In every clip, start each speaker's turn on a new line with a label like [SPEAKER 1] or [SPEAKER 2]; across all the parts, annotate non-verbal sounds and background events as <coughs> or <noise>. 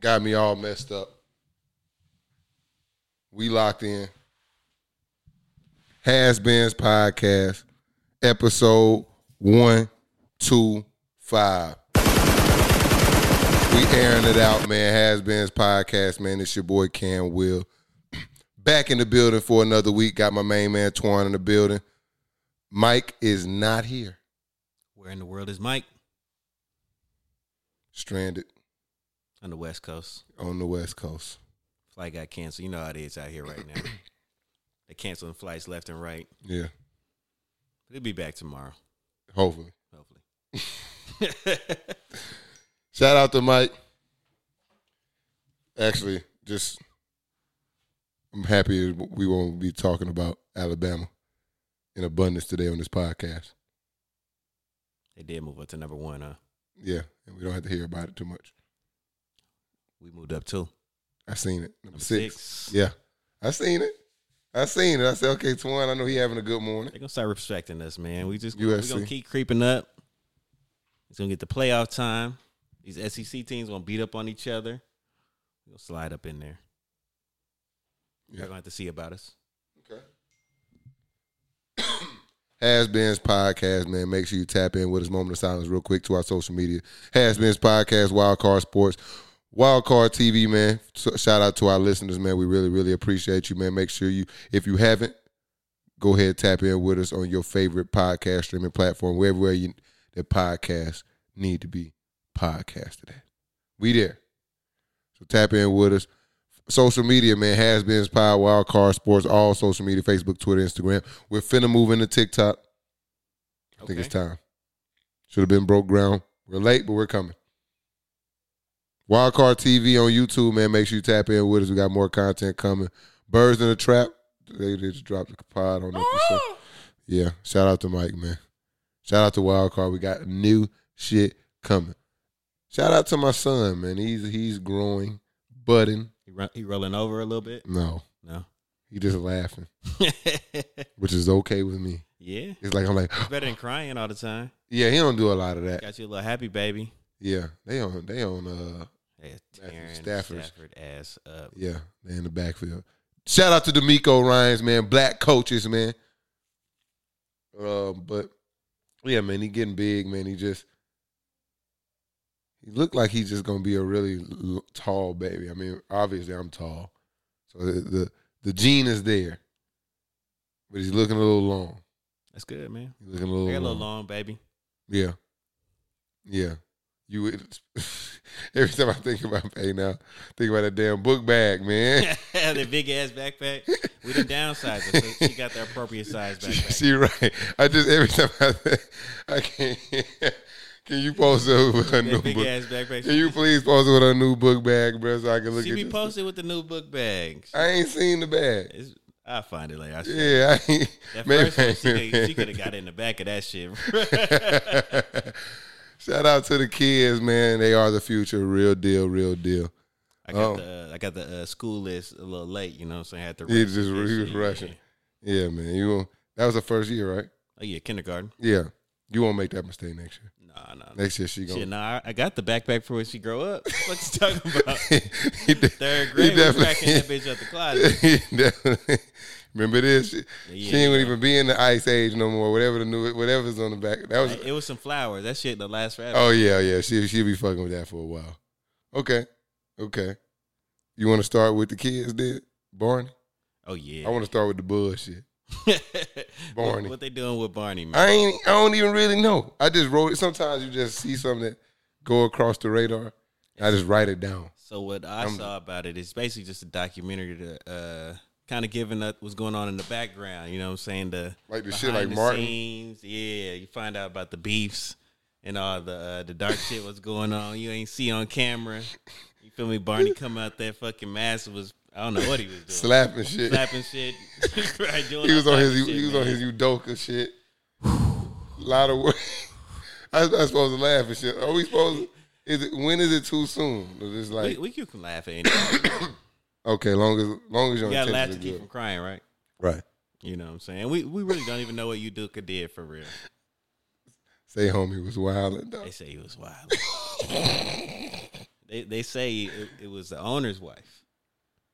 [SPEAKER 1] got me all messed up. We locked in. Has Been's podcast, episode one, two, five. We airing it out, man. Has Been's podcast, man. It's your boy Cam Will. <clears throat> Back in the building for another week. Got my main man Twan in the building. Mike is not here.
[SPEAKER 2] Where in the world is Mike?
[SPEAKER 1] Stranded
[SPEAKER 2] On the West Coast.
[SPEAKER 1] on the West Coast.
[SPEAKER 2] Flight got canceled. You know how it is out here right now. <coughs> They're canceling flights left and right.
[SPEAKER 1] Yeah,
[SPEAKER 2] They'll be back tomorrow,
[SPEAKER 1] hopefully.
[SPEAKER 2] hopefully.
[SPEAKER 1] Shout out to Mike. Actually, just I'm happy we won't be talking about Alabama in abundance today on this podcast.
[SPEAKER 2] <laughs> They did move up to number one, huh?
[SPEAKER 1] Yeah, and we don't have to hear about it too much.
[SPEAKER 2] We moved up too.
[SPEAKER 1] I seen it. Number
[SPEAKER 2] Number
[SPEAKER 1] six.
[SPEAKER 2] six.
[SPEAKER 1] Yeah, I seen it. I seen it. I said, okay, Twan, I know he having a good morning.
[SPEAKER 2] They're gonna start respecting us, man. We just we're
[SPEAKER 1] USC.
[SPEAKER 2] gonna keep creeping up. It's gonna get the playoff time. These SEC teams gonna beat up on each other. We're gonna slide up in there.
[SPEAKER 1] Yeah.
[SPEAKER 2] You're gonna have to see about us.
[SPEAKER 1] Okay. <coughs> Has Been's podcast, man. Make sure you tap in with us. Moment of silence, real quick, to our social media. Has Been's podcast, Wildcard Sports, Wildcard TV, man. So shout out to our listeners, man. We really, really appreciate you, man. Make sure you, if you haven't, go ahead tap in with us on your favorite podcast streaming platform, wherever you that podcasts need to be podcasted at. We there. So tap in with us social media, man, has been Pod, Wildcard Sports, all social media, Facebook, Twitter, Instagram. We're finna move into TikTok. I think it's time. Should have been broke ground. We're late, but we're coming. Wildcard TV on YouTube, man. Make sure you tap in with us. We got more content coming. Birds in the Trap. They just dropped the pod on episode. Yeah. Shout out to Mike, man. Shout out to Wildcard. We got new shit coming. Shout out to my son, man. He's he's growing, budding.
[SPEAKER 2] He, run, he rolling over a little bit.
[SPEAKER 1] No.
[SPEAKER 2] <laughs> No.
[SPEAKER 1] He just laughing, which is okay with me.
[SPEAKER 2] yeah.
[SPEAKER 1] It's like I'm like, <gasps>
[SPEAKER 2] Better than crying all the time.
[SPEAKER 1] yeah, he don't do a lot of that.
[SPEAKER 2] Got you a little happy baby.
[SPEAKER 1] Yeah, they on they on uh
[SPEAKER 2] They
[SPEAKER 1] Matthew
[SPEAKER 2] tearing
[SPEAKER 1] Stafford's-
[SPEAKER 2] Stafford ass up.
[SPEAKER 1] yeah they in the backfield. Shout out to D'Amico Ryan's man, black coaches man. Um, but yeah, man, he getting big, man. He just he looked like he's just gonna be a really l- tall baby. I mean, obviously I'm tall, so the the, the gene is there, but he's looking a little long.
[SPEAKER 2] That's good, man.
[SPEAKER 1] He's looking a
[SPEAKER 2] I
[SPEAKER 1] little,
[SPEAKER 2] got a little
[SPEAKER 1] long. <laughs>
[SPEAKER 2] long, baby. <laughs>
[SPEAKER 1] Yeah. Yeah. You would <laughs> every time I think about pay now, think about that damn book bag, man.
[SPEAKER 2] the big ass backpack. <laughs> We done downsized her, so she got the appropriate size
[SPEAKER 1] <laughs> she,
[SPEAKER 2] backpack.
[SPEAKER 1] she right. I just every time I think, I can't <laughs> Can you post it with her new
[SPEAKER 2] That big
[SPEAKER 1] book?
[SPEAKER 2] ass
[SPEAKER 1] Can
[SPEAKER 2] backpack. She,
[SPEAKER 1] you please post it with her new book bag, bro, so I can look
[SPEAKER 2] she
[SPEAKER 1] at
[SPEAKER 2] be
[SPEAKER 1] this?
[SPEAKER 2] posted with the new book bag.
[SPEAKER 1] I ain't seen the bag.
[SPEAKER 2] It's, I'll find it later. I yeah,
[SPEAKER 1] Yeah, I ain't
[SPEAKER 2] that
[SPEAKER 1] maybe
[SPEAKER 2] first
[SPEAKER 1] I
[SPEAKER 2] one,
[SPEAKER 1] ain't been
[SPEAKER 2] she
[SPEAKER 1] paying
[SPEAKER 2] could have got in the back of that shit.
[SPEAKER 1] <laughs> Shout out to the kids, man. They are the future. Real deal, real deal.
[SPEAKER 2] I
[SPEAKER 1] Oh.
[SPEAKER 2] got the I got the uh, school list a little late. You know, what I'm saying I had to.
[SPEAKER 1] He
[SPEAKER 2] rush
[SPEAKER 1] just
[SPEAKER 2] this
[SPEAKER 1] he was
[SPEAKER 2] shit.
[SPEAKER 1] rushing. Yeah, man. You won't, that was the first year, right?
[SPEAKER 2] Oh yeah, kindergarten.
[SPEAKER 1] Yeah. You won't make that mistake next year.
[SPEAKER 2] Nah, nah. nah.
[SPEAKER 1] Next year she
[SPEAKER 2] Shit,
[SPEAKER 1] going.
[SPEAKER 2] nah. I I got the backpack for when she grow up. <laughs> What you
[SPEAKER 1] <laughs>
[SPEAKER 2] talking about?
[SPEAKER 1] he de-
[SPEAKER 2] Third
[SPEAKER 1] he
[SPEAKER 2] grade, we
[SPEAKER 1] definitely-
[SPEAKER 2] cracking <laughs> that bitch out the closet.
[SPEAKER 1] he definitely- Remember this? <laughs> She,
[SPEAKER 2] Yeah,
[SPEAKER 1] she ain't
[SPEAKER 2] yeah.
[SPEAKER 1] gonna even be in the ice age no more. Whatever the new, whatever's on the back. That was.
[SPEAKER 2] Like, it was some flowers. That shit the last forever.
[SPEAKER 1] oh yeah, yeah. She she'll be fucking with that for a while. Okay, okay. You want to start with the kids, then Barney?
[SPEAKER 2] Oh, yeah.
[SPEAKER 1] I want to start with the bullshit.
[SPEAKER 2] <laughs> what,
[SPEAKER 1] Barney.
[SPEAKER 2] what they doing with Barney, man?
[SPEAKER 1] I ain't. I don't even really know. I just wrote it. Sometimes you just see something that go across the radar. I just write it down.
[SPEAKER 2] So what I
[SPEAKER 1] I'm-
[SPEAKER 2] saw about it is basically just a documentary to uh, kind of giving up what's going on in the background. You know what I'm saying? The
[SPEAKER 1] Like the shit
[SPEAKER 2] behind
[SPEAKER 1] like
[SPEAKER 2] the
[SPEAKER 1] Martin.
[SPEAKER 2] Scenes. Yeah, you find out about the beefs and all the uh, the dark shit what's going on. You ain't see on camera. You feel me? Barney come out that fucking mask was I don't know what he was doing.
[SPEAKER 1] Slapping shit.
[SPEAKER 2] Slapping shit. <laughs> Right, doing
[SPEAKER 1] He was
[SPEAKER 2] all
[SPEAKER 1] on his
[SPEAKER 2] types of shit,
[SPEAKER 1] he was
[SPEAKER 2] man.
[SPEAKER 1] on his Udoka shit. <sighs> A lot of work. <laughs> I was not supposed to laugh and shit. Are we supposed to is it when is it too soon? It's just
[SPEAKER 2] We,
[SPEAKER 1] like
[SPEAKER 2] we you can laugh at anything.
[SPEAKER 1] okay, long as long as your
[SPEAKER 2] you gotta laugh
[SPEAKER 1] intentions
[SPEAKER 2] to
[SPEAKER 1] are
[SPEAKER 2] keep
[SPEAKER 1] good.
[SPEAKER 2] from crying, right?
[SPEAKER 1] Right.
[SPEAKER 2] You know what I'm saying? We we really don't even know what Uduka did for real. <laughs>
[SPEAKER 1] Say homie was wild and dog.
[SPEAKER 2] They say he was wild. They they say it, it was the owner's wife.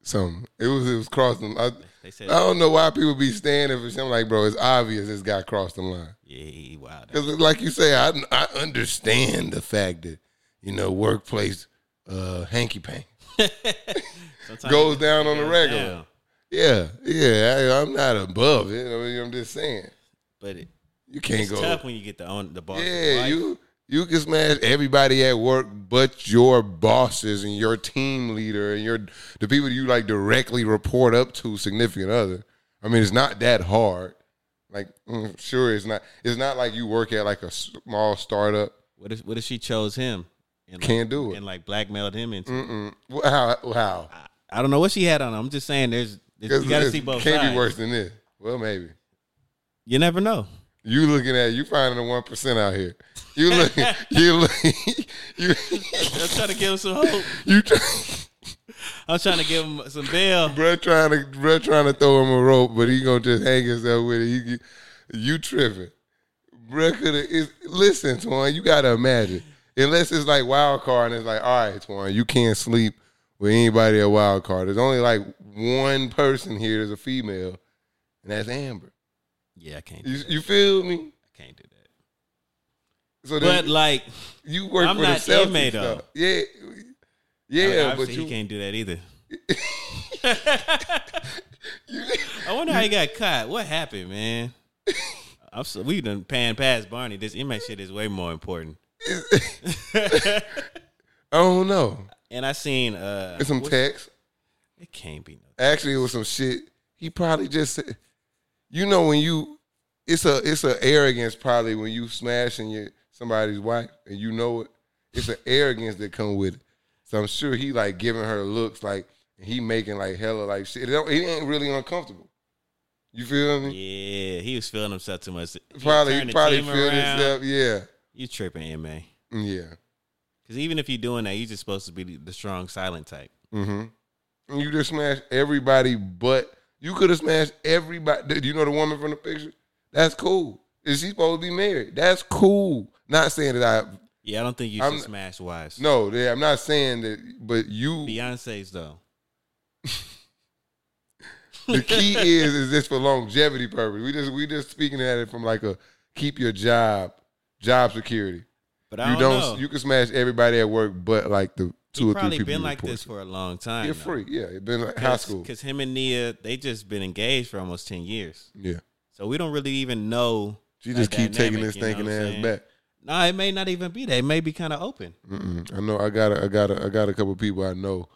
[SPEAKER 1] Some it was it was crossing. I,
[SPEAKER 2] They said,
[SPEAKER 1] I don't know why people be standing for something like, bro. It's obvious this guy crossed the line.
[SPEAKER 2] yeah, he wild. <laughs>
[SPEAKER 1] Because, like you say, I I understand the fact that you know workplace uh, hanky panky
[SPEAKER 2] Sometimes
[SPEAKER 1] goes
[SPEAKER 2] it
[SPEAKER 1] down on the
[SPEAKER 2] goes
[SPEAKER 1] regular.
[SPEAKER 2] down,
[SPEAKER 1] Yeah, yeah. I, I'm not above it. I mean, I'm just saying
[SPEAKER 2] but it,
[SPEAKER 1] you can't
[SPEAKER 2] it's
[SPEAKER 1] go.
[SPEAKER 2] tough when you get the own the boss.
[SPEAKER 1] Yeah, you you can smash everybody at work but your bosses and your team leader and your the people you like directly report up to significant other. I mean, it's not that hard. Like, mm, sure, it's not. It's not like you work at like a small startup.
[SPEAKER 2] What if what if she chose him? And like,
[SPEAKER 1] Can't do it. Mm.
[SPEAKER 2] And like blackmailed him into.
[SPEAKER 1] Mm-mm. Wh- How? How?
[SPEAKER 2] I, I don't know what she had on. I'm just saying, there's, there's you got to see both
[SPEAKER 1] Can't
[SPEAKER 2] sides.
[SPEAKER 1] be worse than this. Well, maybe
[SPEAKER 2] You
[SPEAKER 1] <laughs>
[SPEAKER 2] never know.
[SPEAKER 1] you looking at you finding the one percent out here. You looking. you looking. <laughs> You
[SPEAKER 2] I'm trying to give him some hope.
[SPEAKER 1] you. Try,
[SPEAKER 2] I'm trying to give him some bail.
[SPEAKER 1] Bruh trying to bruh trying to throw him a rope, but he gonna just hang himself with it. He, you- you tripping, bruh? Could have listen, Twan. You gotta imagine. Unless it's like wild card, and it's like, all right, Twan, you can't sleep with anybody at wild card. There's only like one person here that's a female, and that's Amber.
[SPEAKER 2] Yeah, I can't. Do
[SPEAKER 1] You,
[SPEAKER 2] that.
[SPEAKER 1] you feel me?
[SPEAKER 2] I can't do that.
[SPEAKER 1] So
[SPEAKER 2] But
[SPEAKER 1] then
[SPEAKER 2] like,
[SPEAKER 1] you work
[SPEAKER 2] I'm
[SPEAKER 1] for
[SPEAKER 2] not
[SPEAKER 1] the Celtics,
[SPEAKER 2] inmate, though.
[SPEAKER 1] though. Yeah, yeah, but
[SPEAKER 2] obviously
[SPEAKER 1] you
[SPEAKER 2] he can't do
[SPEAKER 1] <laughs>
[SPEAKER 2] that either. I wonder how he got caught. What
[SPEAKER 1] <laughs>
[SPEAKER 2] happened, man? I'm so, we done pan past Barney. This inmate shit is way more important.
[SPEAKER 1] I don't know.
[SPEAKER 2] And I seen uh,
[SPEAKER 1] It's some
[SPEAKER 2] what-
[SPEAKER 1] text.
[SPEAKER 2] It can't be no.
[SPEAKER 1] Actually, it was some shit. He probably just, said- you know, when you, it's a it's a arrogance probably when you smashing your somebody's wife and you know it. It's an arrogance that come with it. So I'm sure he like giving her looks like he making like hella like shit. It, don't, it ain't really uncomfortable. You feel me?
[SPEAKER 2] Yeah, he was feeling himself too much. He
[SPEAKER 1] probably
[SPEAKER 2] turned
[SPEAKER 1] he
[SPEAKER 2] the
[SPEAKER 1] probably
[SPEAKER 2] team
[SPEAKER 1] feel
[SPEAKER 2] around.
[SPEAKER 1] himself. Yeah, Mm,
[SPEAKER 2] You tripping, ma?
[SPEAKER 1] yeah.
[SPEAKER 2] Because even if you're doing that, you're just supposed to be the- the strong, silent type.
[SPEAKER 1] Mm-hmm. And you just smashed everybody, but you could have smashed everybody. Do you know the woman from the picture? That's cool. Is she supposed to be married? That's cool. Not saying that I
[SPEAKER 2] Yeah, I don't think you should
[SPEAKER 1] I'm-
[SPEAKER 2] smash wives.
[SPEAKER 1] no. yeah, I'm not saying that, but you.
[SPEAKER 2] Beyonce's though.
[SPEAKER 1] The key is is this for longevity purpose. We just we just speaking at it from like a keep your job, job security.
[SPEAKER 2] But I
[SPEAKER 1] you
[SPEAKER 2] don't, know.
[SPEAKER 1] You can smash everybody at work, but like the two or
[SPEAKER 2] he
[SPEAKER 1] three
[SPEAKER 2] probably
[SPEAKER 1] people.
[SPEAKER 2] been
[SPEAKER 1] you
[SPEAKER 2] like
[SPEAKER 1] report
[SPEAKER 2] this
[SPEAKER 1] to.
[SPEAKER 2] for a long time.
[SPEAKER 1] You're
[SPEAKER 2] though.
[SPEAKER 1] free. Yeah, it been like high school.
[SPEAKER 2] Because him and Nia, they just been engaged for almost ten years,
[SPEAKER 1] Yeah,
[SPEAKER 2] so we don't really even know.
[SPEAKER 1] she
[SPEAKER 2] that
[SPEAKER 1] just keep taking
[SPEAKER 2] dynamic,
[SPEAKER 1] this
[SPEAKER 2] you know
[SPEAKER 1] thinking
[SPEAKER 2] what I'm
[SPEAKER 1] ass
[SPEAKER 2] saying?
[SPEAKER 1] back.
[SPEAKER 2] Nah, it may not even be that. It may be kind of open.
[SPEAKER 1] Mm-mm. I know. I got. A, I got. A, I got a couple people I know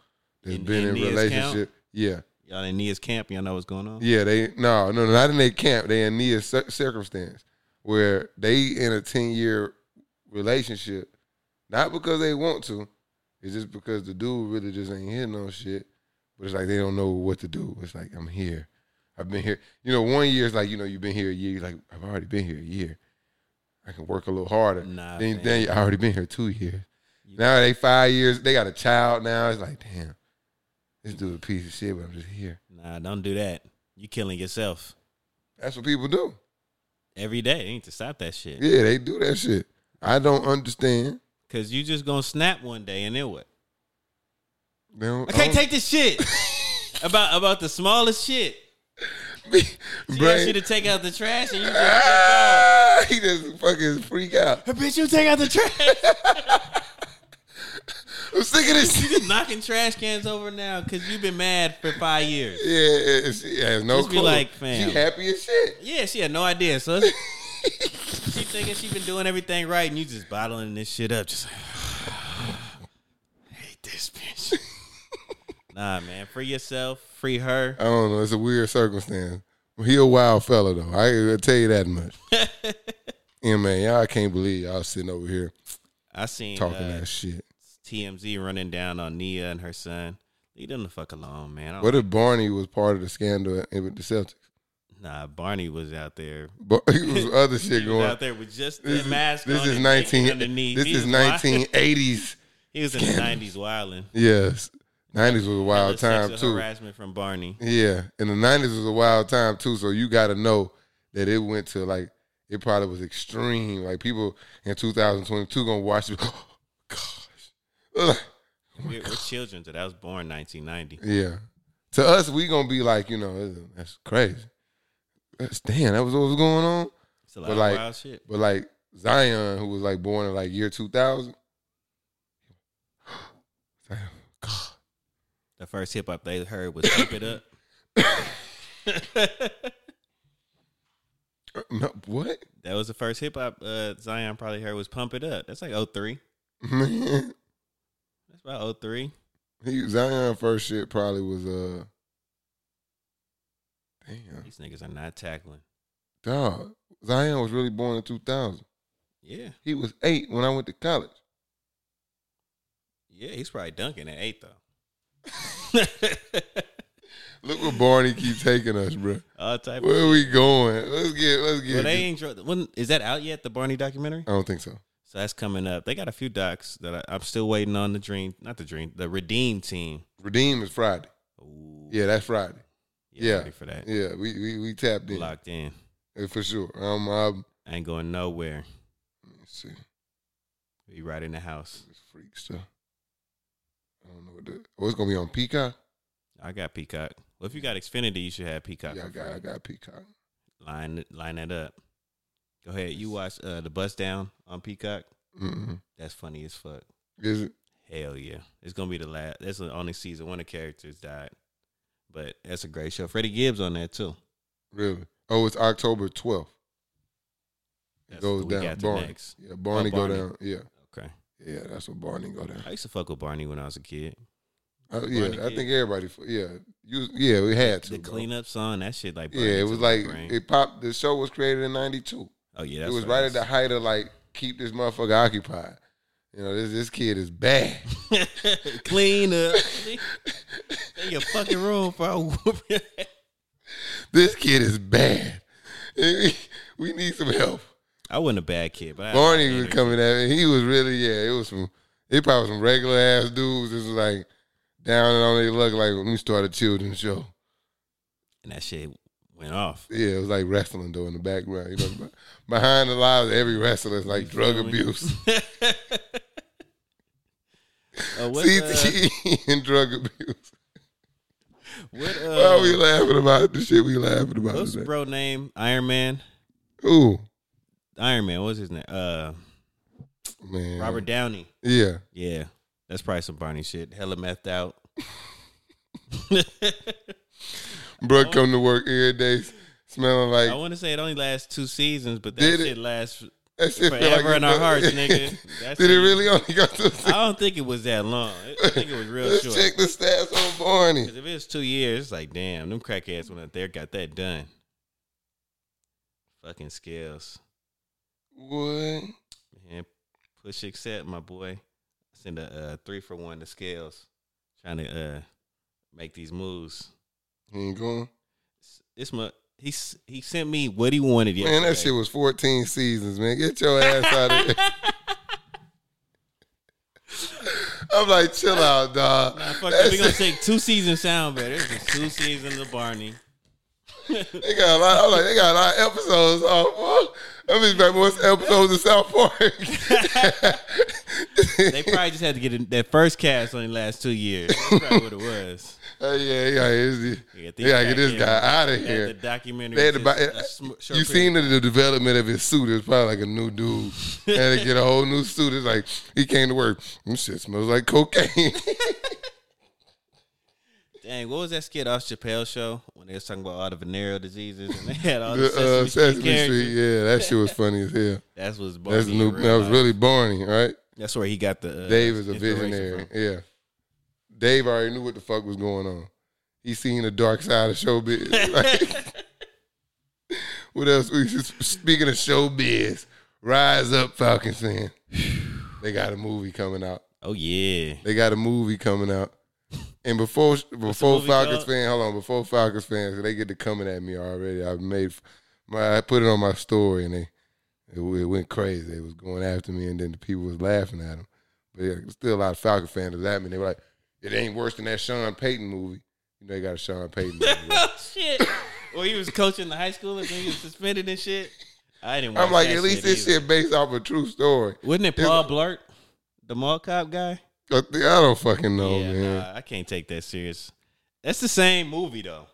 [SPEAKER 1] that's
[SPEAKER 2] In-
[SPEAKER 1] been
[SPEAKER 2] in
[SPEAKER 1] in,
[SPEAKER 2] Nia's
[SPEAKER 1] relationship. Yeah,
[SPEAKER 2] Y'all in Nia's camp, y'all know what's going on.
[SPEAKER 1] yeah. They no, no, not in their camp. They in Nia's cir- circumstance where they in a ten year relationship, not because they want to. It's just because the dude really just ain't hitting on shit. But it's like they don't know what to do. It's like I'm here. I've been here. You know, one year it's like you know you've been here a year. You're like I've already been here a year. I can work a little harder.
[SPEAKER 2] Nah,
[SPEAKER 1] then,
[SPEAKER 2] man.
[SPEAKER 1] then I already been here two years. Now they five years. They got a child now. It's like, damn, this dude a piece of shit, but I'm just here.
[SPEAKER 2] Nah, don't do that. You killing yourself
[SPEAKER 1] That's what people do.
[SPEAKER 2] every day. You need to stop that shit.
[SPEAKER 1] Yeah, they do that shit. I don't understand.
[SPEAKER 2] Cause you just gonna snap one day and then what?
[SPEAKER 1] They don't,
[SPEAKER 2] I can't
[SPEAKER 1] don't-
[SPEAKER 2] take this shit <laughs> about about the smallest shit. <laughs> She asked you
[SPEAKER 1] Brain-
[SPEAKER 2] to take out the trash and you just <laughs>
[SPEAKER 1] Ah, he just fucking freak out.
[SPEAKER 2] Hey, bitch, you take out the <laughs> trash.
[SPEAKER 1] I'm sick of this shit.
[SPEAKER 2] Just knocking trash cans over now because you've been mad for five years.
[SPEAKER 1] Yeah, she has no
[SPEAKER 2] Just be
[SPEAKER 1] clue.
[SPEAKER 2] like, fam.
[SPEAKER 1] She happy as shit.
[SPEAKER 2] Yeah, she had no idea, son. she thinking she been doing everything right, and you just bottling this shit up. Just like, <sighs> hate this <laughs> bitch. nah, man, free yourself, free her.
[SPEAKER 1] I don't know. It's a weird circumstance. He a wild fella though. I can tell you that
[SPEAKER 2] <laughs>
[SPEAKER 1] much. yeah, man, y'all can't believe y'all sitting over here
[SPEAKER 2] I seen
[SPEAKER 1] talking
[SPEAKER 2] uh,
[SPEAKER 1] that shit.
[SPEAKER 2] TMZ running down on Nia and her son. Leave them the fuck alone, man. I don't-
[SPEAKER 1] What if Barney was part of the scandal at- with the Celtics? <laughs>
[SPEAKER 2] Nah, Barney was out there.
[SPEAKER 1] But it was
[SPEAKER 2] <laughs>
[SPEAKER 1] other shit
[SPEAKER 2] He was
[SPEAKER 1] going.
[SPEAKER 2] out there with just
[SPEAKER 1] This
[SPEAKER 2] the
[SPEAKER 1] is,
[SPEAKER 2] mask
[SPEAKER 1] this
[SPEAKER 2] on
[SPEAKER 1] is
[SPEAKER 2] and
[SPEAKER 1] nineteen.
[SPEAKER 2] naked underneath.
[SPEAKER 1] This
[SPEAKER 2] He
[SPEAKER 1] is
[SPEAKER 2] was wild.
[SPEAKER 1] nineteen
[SPEAKER 2] <laughs>
[SPEAKER 1] eighties.
[SPEAKER 2] He was in the nineties wilding.
[SPEAKER 1] Yes, nineties was a wild time too. Oh
[SPEAKER 2] Harassment from Barney.
[SPEAKER 1] Yeah, and the nineties was a wild time too. So you got to know that it went to like it probably was <gasps> extreme. Like people in two thousand twenty two gonna watch. it, Oh gosh, They're like,
[SPEAKER 2] children to that. I was born 1990.
[SPEAKER 1] <laughs> Yeah. To us, we gonna be like, you know, that's crazy. That's, damn, that was what was going on.
[SPEAKER 2] It's a lot
[SPEAKER 1] But
[SPEAKER 2] of
[SPEAKER 1] like-
[SPEAKER 2] wild shit.
[SPEAKER 1] But like Zion, who was like born in like year two thousand. <gasps>
[SPEAKER 2] The first hip hop they heard was "Keep It
[SPEAKER 1] <coughs>
[SPEAKER 2] Up."
[SPEAKER 1] No, what? <laughs>
[SPEAKER 2] That was the first hip hop uh, Zion probably heard was "Pump It Up." That's like 03.
[SPEAKER 1] Man.
[SPEAKER 2] That's about 03.
[SPEAKER 1] He, Zion first shit probably was uh Damn.
[SPEAKER 2] These niggas are not tackling.
[SPEAKER 1] Dog. Zion was really born in two thousand.
[SPEAKER 2] Yeah,
[SPEAKER 1] He was eight when I went to college.
[SPEAKER 2] yeah, he's probably dunking at eight though. <laughs>
[SPEAKER 1] Look what Barney keep taking us, bro.
[SPEAKER 2] All type. Of,
[SPEAKER 1] Where we going? Let's get let's
[SPEAKER 2] well,
[SPEAKER 1] get
[SPEAKER 2] they ain't. dro- When is that out yet? The Barney documentary.
[SPEAKER 1] I don't think so.
[SPEAKER 2] So that's coming up. They got a few docs that I, I'm still waiting on the dream, not the dream, the redeem team.
[SPEAKER 1] Redeem is Friday.
[SPEAKER 2] Ooh,
[SPEAKER 1] Yeah, that's Friday.
[SPEAKER 2] yeah,
[SPEAKER 1] yeah.
[SPEAKER 2] ready for that.
[SPEAKER 1] Yeah, we we, we tapped in
[SPEAKER 2] Locked in.
[SPEAKER 1] Yeah, for sure. Um, I'm,
[SPEAKER 2] I ain't going nowhere.
[SPEAKER 1] let's see,
[SPEAKER 2] Be right in the house.
[SPEAKER 1] this freak stuff. I don't know what the. Oh, it's gonna be on Peacock.
[SPEAKER 2] I got Peacock. Well, if you got Xfinity, you should have Peacock.
[SPEAKER 1] yeah, I
[SPEAKER 2] for
[SPEAKER 1] got
[SPEAKER 2] free.
[SPEAKER 1] I got Peacock.
[SPEAKER 2] Line line that up. Go ahead. You watch uh, the bus down on Peacock.
[SPEAKER 1] Mm-hmm.
[SPEAKER 2] That's funny as fuck.
[SPEAKER 1] Is it?
[SPEAKER 2] Hell yeah. It's gonna be the last that's the only season one of the characters died. But that's a great show. Freddie Gibbs on that too.
[SPEAKER 1] Really? Oh, it's October 12th. It
[SPEAKER 2] That's
[SPEAKER 1] goes
[SPEAKER 2] what we
[SPEAKER 1] down.
[SPEAKER 2] got to
[SPEAKER 1] Barney.
[SPEAKER 2] next. Oh,
[SPEAKER 1] Yeah, Barney,
[SPEAKER 2] Barney.
[SPEAKER 1] go down. Yeah,
[SPEAKER 2] Okay.
[SPEAKER 1] yeah, that's what Barney go down.
[SPEAKER 2] I used to fuck with Barney when I was a kid.
[SPEAKER 1] Uh, yeah,
[SPEAKER 2] Barney
[SPEAKER 1] I
[SPEAKER 2] Kid.
[SPEAKER 1] think everybody. f- Yeah, you. Yeah, we had to.
[SPEAKER 2] The
[SPEAKER 1] bro.
[SPEAKER 2] cleanup song, that shit like burned
[SPEAKER 1] Yeah, it
[SPEAKER 2] into
[SPEAKER 1] was
[SPEAKER 2] my
[SPEAKER 1] like
[SPEAKER 2] brain.
[SPEAKER 1] it popped. The show was created in '92.
[SPEAKER 2] Oh yeah,
[SPEAKER 1] It
[SPEAKER 2] that's
[SPEAKER 1] was
[SPEAKER 2] what
[SPEAKER 1] right at the height of like keep this motherfucker occupied. You know, this this kid is bad. <laughs>
[SPEAKER 2] is. <laughs> Clean up. In your fucking room, bro.
[SPEAKER 1] this kid is bad. we need some help.
[SPEAKER 2] <laughs> I wasn't a bad kid, but I
[SPEAKER 1] Barney was coming at me. He was really, yeah, it was some, it probably was some regular ass dudes. This was like down and on their luck, like, let me start a children's show.
[SPEAKER 2] and that shit went off.
[SPEAKER 1] Yeah, it was like wrestling though in the background. You know, <laughs> behind the lives of every wrestler is like drug
[SPEAKER 2] feel me?
[SPEAKER 1] abuse,
[SPEAKER 2] <laughs>
[SPEAKER 1] <laughs>
[SPEAKER 2] Uh, what,
[SPEAKER 1] <laughs>
[SPEAKER 2] uh,
[SPEAKER 1] CTE, E and drug abuse.
[SPEAKER 2] what,
[SPEAKER 1] Why are we
[SPEAKER 2] uh,
[SPEAKER 1] laughing about the shit we laughing about
[SPEAKER 2] what's
[SPEAKER 1] today?
[SPEAKER 2] bro name? Iron Man.
[SPEAKER 1] Ooh,
[SPEAKER 2] Iron Man. What's his name? Uh,
[SPEAKER 1] man.
[SPEAKER 2] Robert Downey.
[SPEAKER 1] Yeah.
[SPEAKER 2] Yeah, that's probably some Barney shit. Hella
[SPEAKER 1] <laughs>
[SPEAKER 2] methed out.
[SPEAKER 1] Bro come to work every day smelling
[SPEAKER 2] Oh. I
[SPEAKER 1] like,
[SPEAKER 2] want to say it only lasts two seasons, but that
[SPEAKER 1] Did <laughs> it?
[SPEAKER 2] shit lasts
[SPEAKER 1] that shit feel
[SPEAKER 2] forever
[SPEAKER 1] like
[SPEAKER 2] in our
[SPEAKER 1] it's- <laughs>
[SPEAKER 2] hearts, nigga. That's
[SPEAKER 1] Did
[SPEAKER 2] it.
[SPEAKER 1] it really only go to
[SPEAKER 2] <laughs> I don't think it was that long.
[SPEAKER 1] <laughs>
[SPEAKER 2] I think it was real
[SPEAKER 1] Let's
[SPEAKER 2] short.
[SPEAKER 1] check the stats on Barney.
[SPEAKER 2] 'Cause if it's two years, it's like damn, them crackheads went out there got that done. Fucking skills,
[SPEAKER 1] What?
[SPEAKER 2] man. Push accept, my boy. Send a uh, three for one to scales, trying to uh, make these moves.
[SPEAKER 1] He ain't going.
[SPEAKER 2] It's my he s- he sent me what he wanted yesterday.
[SPEAKER 1] Man, that shit was 14 seasons, man. Get your ass out
[SPEAKER 2] <laughs>
[SPEAKER 1] of here. I'm like, chill out, dog.
[SPEAKER 2] Nah, fuck it. We gonna take two seasons sound better. It's just two seasons of Barney.
[SPEAKER 1] They got a lot. I'm like, they got a lot of episodes off. I'm just like, what's episodes of South <laughs> Park?
[SPEAKER 2] They probably just had to get in- that first cast only last two years. That's probably what it was.
[SPEAKER 1] Oh, yeah, yeah, it's the-
[SPEAKER 2] Yeah, these
[SPEAKER 1] yeah. Get this
[SPEAKER 2] crackheads.
[SPEAKER 1] guy out of
[SPEAKER 2] They had the
[SPEAKER 1] here.
[SPEAKER 2] documentary.
[SPEAKER 1] They had to
[SPEAKER 2] just
[SPEAKER 1] buy.
[SPEAKER 2] a sm- short
[SPEAKER 1] you
[SPEAKER 2] period.
[SPEAKER 1] seen the, the development of his suit. It's probably like a new dude. They had to get a whole new suit. It's like he came to work. This shit smells like
[SPEAKER 2] <laughs>
[SPEAKER 1] cocaine.
[SPEAKER 2] Dang, what was that skit off Chappelle's show when they was talking about all the venereal diseases and they had all
[SPEAKER 1] the,
[SPEAKER 2] the,
[SPEAKER 1] uh,
[SPEAKER 2] Sesame, Street
[SPEAKER 1] Sesame
[SPEAKER 2] characters?
[SPEAKER 1] Street. Yeah, that shit was funny as hell.
[SPEAKER 2] That was Barney.
[SPEAKER 1] That's the new.
[SPEAKER 2] in real
[SPEAKER 1] That was
[SPEAKER 2] life.
[SPEAKER 1] really Barney, right?
[SPEAKER 2] That's where he got the uh,
[SPEAKER 1] Dave is a
[SPEAKER 2] inspiration
[SPEAKER 1] visionary.
[SPEAKER 2] from.
[SPEAKER 1] Yeah. Dave already knew what the fuck was going on. He seen the dark side of showbiz. <laughs> Like, what else? We speaking of showbiz, rise up, Falcons fan. They got a movie coming out.
[SPEAKER 2] Oh yeah,
[SPEAKER 1] They got a movie coming out. And before before
[SPEAKER 2] movie
[SPEAKER 1] Falcons
[SPEAKER 2] called?
[SPEAKER 1] fan, hold on, before Falcons fans, they get to coming at me already. I made my I put it on my story and they it, it went crazy. They was going after me and then the people was laughing at them. But yeah, still a lot of Falcon fans was at me. They were like, it ain't worse than that Sean Payton movie. You know they got a Sean
[SPEAKER 2] <laughs>
[SPEAKER 1] Payton movie. right?
[SPEAKER 2] oh shit. Well, he was coaching the high schoolers and he was suspended and shit. I didn't. Watch
[SPEAKER 1] I'm like,
[SPEAKER 2] that
[SPEAKER 1] at least
[SPEAKER 2] shit
[SPEAKER 1] this
[SPEAKER 2] either.
[SPEAKER 1] shit based off a true story.
[SPEAKER 2] Wasn't it Paul Blart, the mall cop guy?
[SPEAKER 1] I th- I don't fucking know,
[SPEAKER 2] yeah,
[SPEAKER 1] Oh, man.
[SPEAKER 2] nah, I can't take that serious. That's the same movie though.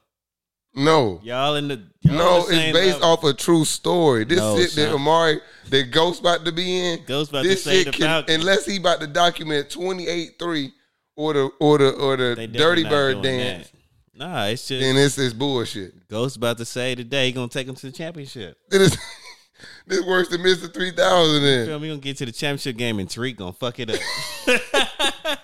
[SPEAKER 1] No.
[SPEAKER 2] Y'all in the y'all
[SPEAKER 1] No,
[SPEAKER 2] the
[SPEAKER 1] it's
[SPEAKER 2] same
[SPEAKER 1] based
[SPEAKER 2] level.
[SPEAKER 1] off a true story. This
[SPEAKER 2] No,
[SPEAKER 1] shit that
[SPEAKER 2] son.
[SPEAKER 1] Amari, that Ghost about to be in,
[SPEAKER 2] Ghost about
[SPEAKER 1] this
[SPEAKER 2] to say
[SPEAKER 1] shit
[SPEAKER 2] the
[SPEAKER 1] can,
[SPEAKER 2] Falcon.
[SPEAKER 1] unless he about to document 28-3 or the, or the, or the
[SPEAKER 2] They
[SPEAKER 1] Dirty
[SPEAKER 2] definitely not
[SPEAKER 1] Bird
[SPEAKER 2] doing
[SPEAKER 1] dance,
[SPEAKER 2] that. Nah, it's just
[SPEAKER 1] then it's, it's bullshit. <laughs>
[SPEAKER 2] Ghost about to say today he gonna take him to the championship.
[SPEAKER 1] It is, this worse than Mr. 3000 then.
[SPEAKER 2] Feel me? Gonna get to the championship game and Tariq gonna
[SPEAKER 1] <laughs>
[SPEAKER 2] fuck it up.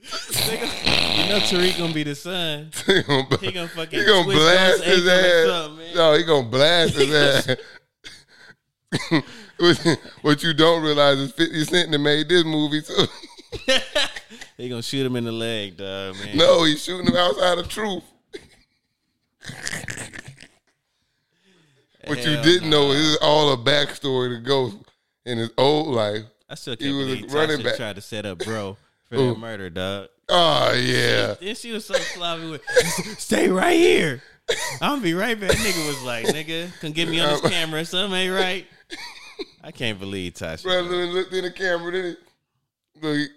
[SPEAKER 2] Nigga, you know Tariq gonna be the son.
[SPEAKER 1] <laughs> he gonna,
[SPEAKER 2] He gonna fucking
[SPEAKER 1] he gonna
[SPEAKER 2] twist
[SPEAKER 1] blast
[SPEAKER 2] those
[SPEAKER 1] his
[SPEAKER 2] ankles
[SPEAKER 1] ass.
[SPEAKER 2] up, man.
[SPEAKER 1] No, he gonna blast
[SPEAKER 2] <laughs>
[SPEAKER 1] his ass. <laughs> What- what you don't realize is 50 Cent that made this movie too. <laughs>
[SPEAKER 2] They gonna shoot him in the leg, dog, man.
[SPEAKER 1] no, he's shooting him outside of truth. what you
[SPEAKER 2] Hell
[SPEAKER 1] didn't know is it's all a backstory to Ghost in his old life.
[SPEAKER 2] I still
[SPEAKER 1] He
[SPEAKER 2] can't
[SPEAKER 1] was a
[SPEAKER 2] believe Tasha
[SPEAKER 1] running back.
[SPEAKER 2] tried to set up bro for
[SPEAKER 1] Who?
[SPEAKER 2] that murder, dog.
[SPEAKER 1] Oh yeah.
[SPEAKER 2] Then she was so sloppy with, <laughs> stay right here. I'm gonna be right back. Nigga was like, nigga, come get me on
[SPEAKER 1] <laughs>
[SPEAKER 2] this camera. Something ain't right. I can't believe Tasha.
[SPEAKER 1] Brother Lewis looked in the camera, didn't he? Look,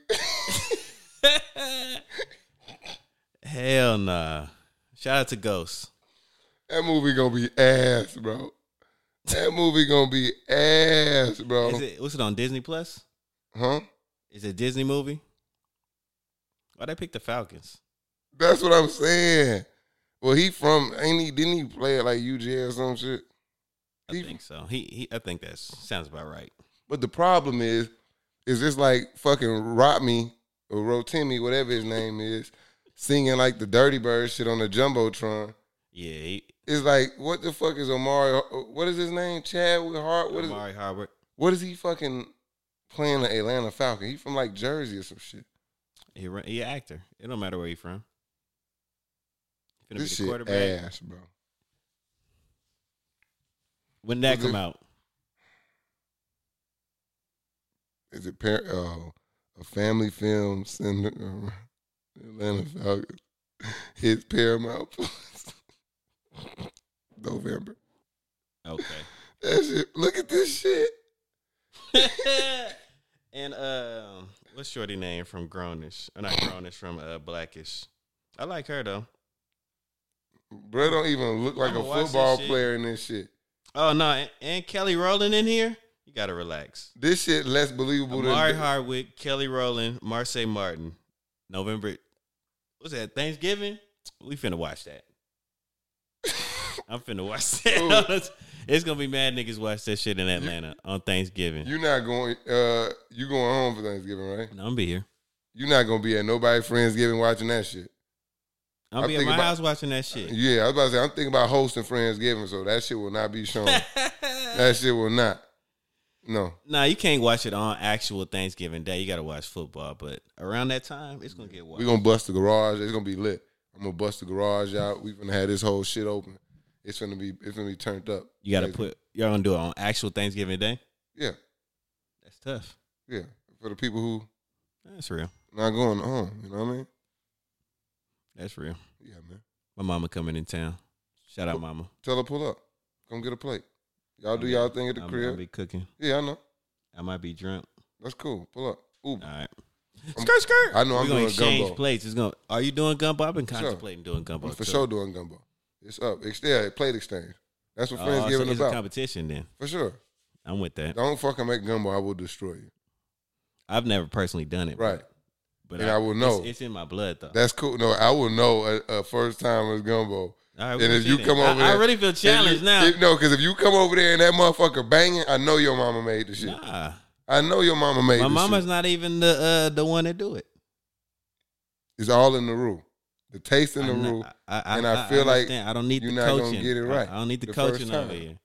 [SPEAKER 1] <laughs>
[SPEAKER 2] Hell nah. Shout out to Ghost.
[SPEAKER 1] that movie gonna be ass, bro. That movie gonna be ass, bro.
[SPEAKER 2] Is it what's it on Disney Plus?
[SPEAKER 1] Huh?
[SPEAKER 2] Is it a Disney movie? Why they pick the Falcons?
[SPEAKER 1] That's what I'm saying. Well, he from ain't he? Didn't he play at like UJ or some shit?
[SPEAKER 2] I
[SPEAKER 1] He-
[SPEAKER 2] think so. He, he I think that sounds about right.
[SPEAKER 1] But the problem is, is this like fucking Rot Me or Rotimi, whatever his name is, singing like the Dirty Bird shit on the jumbotron.
[SPEAKER 2] Yeah, he,
[SPEAKER 1] It's like what the fuck is Omari? What is his name? Chadwick Hart. What is
[SPEAKER 2] Amari Howard.
[SPEAKER 1] what is he fucking playing the Atlanta Falcon? He from like Jersey or some shit.
[SPEAKER 2] He, run- he an actor. It don't matter where he from.
[SPEAKER 1] This
[SPEAKER 2] Finna be the
[SPEAKER 1] shit
[SPEAKER 2] quarterback.
[SPEAKER 1] ass, bro.
[SPEAKER 2] When that
[SPEAKER 1] Was
[SPEAKER 2] come
[SPEAKER 1] it-
[SPEAKER 2] out?
[SPEAKER 1] Is it par- uh, a family film sender? uh, Atlanta Falcons. It's Paramount Plus. <laughs> November.
[SPEAKER 2] Okay. <laughs>
[SPEAKER 1] That shit. Look at this shit.
[SPEAKER 2] and um, what's shorty name from Grownish? Or not Grownish from uh, Blackish. I like her though.
[SPEAKER 1] Bro don't even look like
[SPEAKER 2] I'ma watch
[SPEAKER 1] a
[SPEAKER 2] this
[SPEAKER 1] football
[SPEAKER 2] shit.
[SPEAKER 1] player in this shit.
[SPEAKER 2] Oh no, and, and Kelly Rowland in here. You gotta relax.
[SPEAKER 1] This shit less believable
[SPEAKER 2] Amari
[SPEAKER 1] than
[SPEAKER 2] Hardwick, Kelly Rowland, Marseille Martin. November. What's that? Thanksgiving. We finna
[SPEAKER 1] <laughs>
[SPEAKER 2] watch that. I'm finna watch that. <laughs> it's gonna be mad niggas watch that shit in Atlanta on Thanksgiving.
[SPEAKER 1] You're not going uh you going home for Thanksgiving, right?
[SPEAKER 2] I'm gonna be here.
[SPEAKER 1] You're not gonna be at nobody Friendsgiving watching that shit. I'm
[SPEAKER 2] I'm gonna be at
[SPEAKER 1] thinking
[SPEAKER 2] my
[SPEAKER 1] about-
[SPEAKER 2] house watching that shit.
[SPEAKER 1] Yeah, I was about to say I'm thinking about hosting Friendsgiving, so that shit will not be
[SPEAKER 2] <laughs>
[SPEAKER 1] shown. that shit will not. No.
[SPEAKER 2] <laughs> Nah, you can't watch it on actual Thanksgiving Day. You gotta watch football, but around that time, it's gonna get
[SPEAKER 1] We're
[SPEAKER 2] watched.
[SPEAKER 1] gonna bust the garage. It's gonna be lit. I'm gonna bust the garage out. We gonna have this whole shit open. It's gonna be it's gonna be turned up.
[SPEAKER 2] You gotta
[SPEAKER 1] Crazy.
[SPEAKER 2] put y'all gonna do it on actual Thanksgiving Day.
[SPEAKER 1] Yeah,
[SPEAKER 2] That's tough.
[SPEAKER 1] yeah. For the people who
[SPEAKER 2] That's real.
[SPEAKER 1] not going home, you know what I mean?
[SPEAKER 2] That's real.
[SPEAKER 1] Yeah, man.
[SPEAKER 2] My mama coming in town. Shout out, mama.
[SPEAKER 1] Tell her pull up. Come get a plate. Y'all do
[SPEAKER 2] I'm-
[SPEAKER 1] y'all thing at the
[SPEAKER 2] I'm,
[SPEAKER 1] crib.
[SPEAKER 2] I'll be cooking.
[SPEAKER 1] yeah, I know.
[SPEAKER 2] I might be drunk.
[SPEAKER 1] That's cool. Pull up. Ooh,
[SPEAKER 2] All right. Skirt, skirt.
[SPEAKER 1] I know I'm
[SPEAKER 2] We gonna
[SPEAKER 1] doing
[SPEAKER 2] exchange
[SPEAKER 1] gumbo.
[SPEAKER 2] plates. It's gonna. Are you doing gumbo? I've been
[SPEAKER 1] sure.
[SPEAKER 2] contemplating doing gumbo
[SPEAKER 1] I'm for
[SPEAKER 2] too.
[SPEAKER 1] sure doing gumbo. It's up. Ex- yeah, plate exchange. That's what
[SPEAKER 2] Oh,
[SPEAKER 1] friends
[SPEAKER 2] so
[SPEAKER 1] giving
[SPEAKER 2] it's a
[SPEAKER 1] about.
[SPEAKER 2] competition then.
[SPEAKER 1] For sure.
[SPEAKER 2] I'm with that.
[SPEAKER 1] Don't fucking make gumbo. I will destroy you.
[SPEAKER 2] I've never personally done it. but- uh,
[SPEAKER 1] Right.
[SPEAKER 2] But
[SPEAKER 1] And I will know.
[SPEAKER 2] It's, it's in my blood though.
[SPEAKER 1] That's cool. No, I will know a, a first time is gumbo.
[SPEAKER 2] All right,
[SPEAKER 1] And
[SPEAKER 2] we'll
[SPEAKER 1] if
[SPEAKER 2] see
[SPEAKER 1] you
[SPEAKER 2] then.
[SPEAKER 1] come
[SPEAKER 2] I-
[SPEAKER 1] over
[SPEAKER 2] I,
[SPEAKER 1] there-
[SPEAKER 2] really feel challenged
[SPEAKER 1] If you-
[SPEAKER 2] now.
[SPEAKER 1] if- no, because if you come over there and that motherfucker banging, I know your mama made the shit.
[SPEAKER 2] nah,
[SPEAKER 1] I know your mama made.
[SPEAKER 2] my
[SPEAKER 1] the
[SPEAKER 2] mama's
[SPEAKER 1] Shit.
[SPEAKER 2] not even the uh, the one that do it.
[SPEAKER 1] It's all in the rule. The taste in the
[SPEAKER 2] I kn-
[SPEAKER 1] rule.
[SPEAKER 2] I, I,
[SPEAKER 1] And I feel like
[SPEAKER 2] understand. I don't need
[SPEAKER 1] you're
[SPEAKER 2] the
[SPEAKER 1] not gonna
[SPEAKER 2] coaching.
[SPEAKER 1] get it right
[SPEAKER 2] I, I don't need the,
[SPEAKER 1] the first
[SPEAKER 2] coaching over
[SPEAKER 1] time.
[SPEAKER 2] here.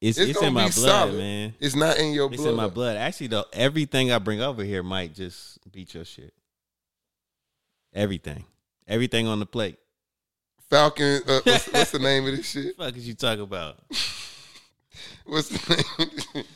[SPEAKER 2] It's
[SPEAKER 1] It's
[SPEAKER 2] it's,
[SPEAKER 1] gonna
[SPEAKER 2] in my
[SPEAKER 1] be
[SPEAKER 2] blood,
[SPEAKER 1] solid.
[SPEAKER 2] man.
[SPEAKER 1] It's not in your
[SPEAKER 2] It's
[SPEAKER 1] blood.
[SPEAKER 2] in my blood. Actually, though, everything I bring over here might just beat your shit. Everything, everything on the plate.
[SPEAKER 1] Falcon.
[SPEAKER 2] <laughs>
[SPEAKER 1] Uh, what's, what's the name of this shit?
[SPEAKER 2] What the fuck is you talking about?
[SPEAKER 1] What's the name? Of this shit?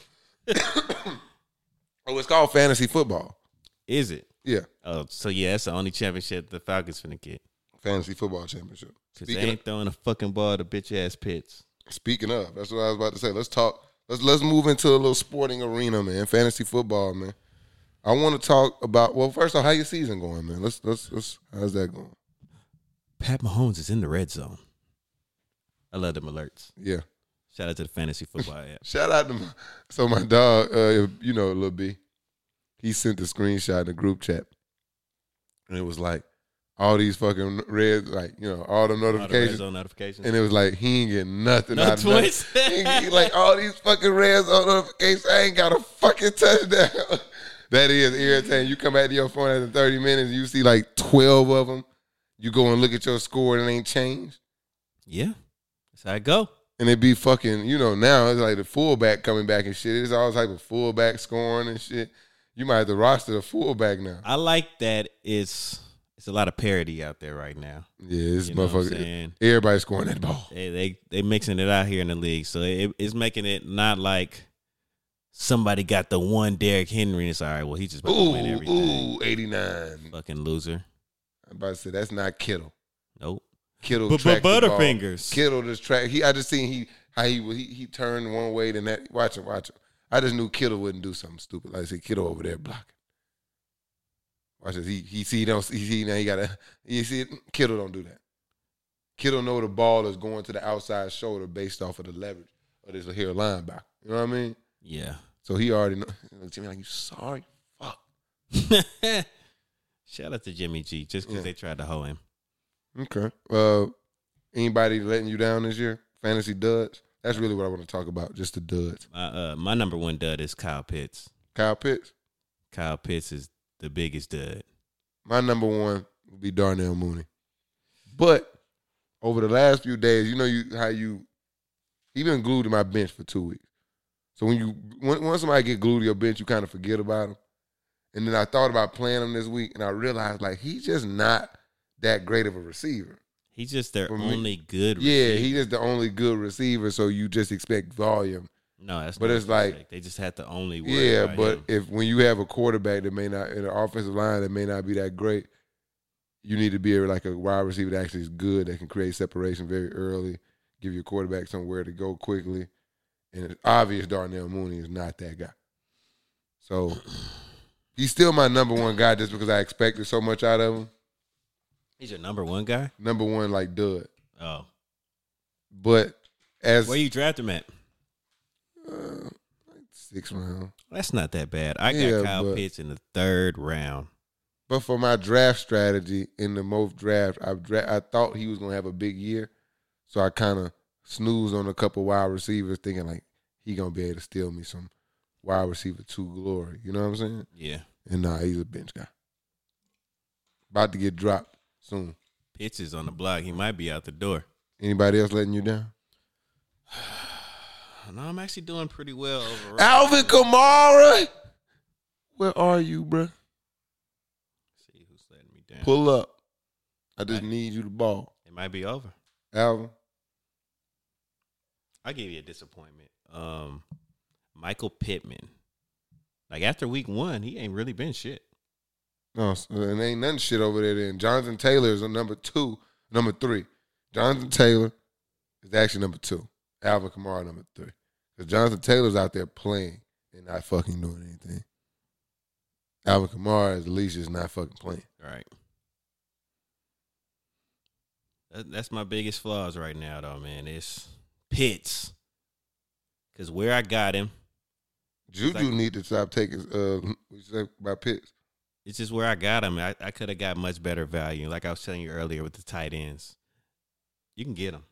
[SPEAKER 1] <coughs> oh, it's called fantasy football.
[SPEAKER 2] Is it?
[SPEAKER 1] Yeah,
[SPEAKER 2] Oh, so yeah, that's the only championship the Falcons finna get
[SPEAKER 1] fantasy football championship.
[SPEAKER 2] because they
[SPEAKER 1] Speaking
[SPEAKER 2] ain't throwing a fucking ball to bitch ass pits.
[SPEAKER 1] Speaking of, that's what I was about to say. Let's talk. Let's let's move into a little sporting arena, man. Fantasy football, man. I want to talk about. Well, first off, how your season going, man? Let's let's let's. How's that going?
[SPEAKER 2] Pat Mahomes is in the red zone. I love them alerts.
[SPEAKER 1] Yeah.
[SPEAKER 2] Shout out to the fantasy football app.
[SPEAKER 1] Shout out to my, so my dog, uh, you know, Lil B. He sent the screenshot in the group chat, and it was like all these fucking red, like you know, all the
[SPEAKER 2] All the red
[SPEAKER 1] notifications,
[SPEAKER 2] zone notifications.
[SPEAKER 1] and it was like he ain't getting nothing.
[SPEAKER 2] No
[SPEAKER 1] out
[SPEAKER 2] <laughs>
[SPEAKER 1] of nothing.
[SPEAKER 2] tweets.
[SPEAKER 1] He- <laughs> he like all these fucking red zone notifications. I ain't got a fucking touchdown. <laughs> that is irritating. You come back to your phone after thirty minutes, you see like twelve of them. You go and look at your score, and it ain't changed.
[SPEAKER 2] yeah, that's how I go.
[SPEAKER 1] and it be fucking, you know, now it's like the fullback coming back and shit. It's all type of fullback scoring and shit. You might have to roster the fullback now.
[SPEAKER 2] I like that. It's it's a lot of parody out there right now.
[SPEAKER 1] Yeah, this
[SPEAKER 2] You know what I'm
[SPEAKER 1] motherfucker.
[SPEAKER 2] saying?
[SPEAKER 1] Everybody scoring that ball.
[SPEAKER 2] They, they they mixing it out here in the league, so it, it's making it not like somebody got the one Derrick Henry. And it's all right. Well, he just about to win
[SPEAKER 1] Ooh,
[SPEAKER 2] everything.
[SPEAKER 1] ooh, 89.
[SPEAKER 2] Fucking loser.
[SPEAKER 1] I'm about to say that's not Kittle.
[SPEAKER 2] Nope.
[SPEAKER 1] Kittle
[SPEAKER 2] But- but
[SPEAKER 1] tracked the ball.
[SPEAKER 2] Butterfingers.
[SPEAKER 1] Kittle just track. He I just seen he how he he, he turned one way then that watch him, watch him. I just knew Kittle wouldn't do something stupid. Like I said, Kittle over there blocking. Watch this. He he see don't he see now he gotta you see it? Kittle don't do that. Kittle know the ball is going to the outside shoulder based off of the leverage of this here linebacker. You know what I mean?
[SPEAKER 2] Yeah. <laughs>
[SPEAKER 1] So he already know. He looked at me like you sorry fuck.
[SPEAKER 2] Shout out to Jimmy G just because
[SPEAKER 1] Yeah.
[SPEAKER 2] they tried to hoe him.
[SPEAKER 1] Okay. Uh, anybody letting you down this year? Fantasy duds. That's really what I want to talk about. Just the duds.
[SPEAKER 2] My uh, my number one dud is Kyle Pitts.
[SPEAKER 1] Kyle Pitts.
[SPEAKER 2] Kyle Pitts is the biggest dud.
[SPEAKER 1] My number one would be Darnell Mooney. But over the last few days, you know you how you he been glued to my bench for two weeks. So when you when, once somebody get glued to your bench, you kind of forget about him. And then I thought about playing him this week, and I realized like he's just not that great of a receiver.
[SPEAKER 2] He's just their
[SPEAKER 1] For me-
[SPEAKER 2] only good.
[SPEAKER 1] Yeah,
[SPEAKER 2] receiver.
[SPEAKER 1] he's just the only good receiver, so you just expect volume.
[SPEAKER 2] no, that's
[SPEAKER 1] but
[SPEAKER 2] not
[SPEAKER 1] it's
[SPEAKER 2] what they
[SPEAKER 1] like-
[SPEAKER 2] say. they just had the only. Word
[SPEAKER 1] Yeah,
[SPEAKER 2] about
[SPEAKER 1] but
[SPEAKER 2] him.
[SPEAKER 1] if when you have a quarterback that may not in an offensive line that may not be that great, you need to be like a wide receiver that actually is good that can create separation very early, give your quarterback somewhere to go quickly, and it's obvious Darnell Mooney is not that guy.
[SPEAKER 2] <clears throat>
[SPEAKER 1] So he's still my number one guy just because I expected so much out of him.
[SPEAKER 2] he's your number one guy.
[SPEAKER 1] Number one, like Dud,
[SPEAKER 2] Oh,
[SPEAKER 1] but as
[SPEAKER 2] where you draft him at?
[SPEAKER 1] uh, six round.
[SPEAKER 2] That's not that bad. I got
[SPEAKER 1] Yeah,
[SPEAKER 2] Kyle
[SPEAKER 1] but-
[SPEAKER 2] Pitts in the third round.
[SPEAKER 1] But for my draft strategy in the most draft, I dra- I thought he was gonna have a big year, so I kind of snoozed on a couple wide receivers, thinking like he gonna be able to steal me some wide receiver two glory. You know what I'm saying?
[SPEAKER 2] Yeah,
[SPEAKER 1] And nah, he's a bench guy. About to get dropped soon.
[SPEAKER 2] Pitts is on the block. He might be out the door.
[SPEAKER 1] Anybody else letting you down?
[SPEAKER 2] No, I'm actually doing pretty well overall.
[SPEAKER 1] Alvin Kamara, where are you, bruh?
[SPEAKER 2] See who's letting me down.
[SPEAKER 1] Pull up. I just need you the ball,
[SPEAKER 2] It might be over.
[SPEAKER 1] Alvin.
[SPEAKER 2] I give you a disappointment. Um, Michael Pittman. Like after week one, he ain't really been shit.
[SPEAKER 1] No, s- uh, and ain't nothing shit over there. Then Jonathan Taylor is on number two, number three. Jonathan Taylor is actually number two. Alvin Kamara number three. Because Jonathan Taylor's out there playing and not fucking doing anything. Alvin Kamara is at least just not fucking playing.
[SPEAKER 2] All right. That, that's my biggest flaws right now, though, man. It's Pitts. Because where I got him,
[SPEAKER 1] Juju
[SPEAKER 2] Exactly.
[SPEAKER 1] need to stop taking uh what you say about picks.
[SPEAKER 2] it's just where I got him. I, I could have got much better value. Like I was telling you earlier with the tight ends, you can get them.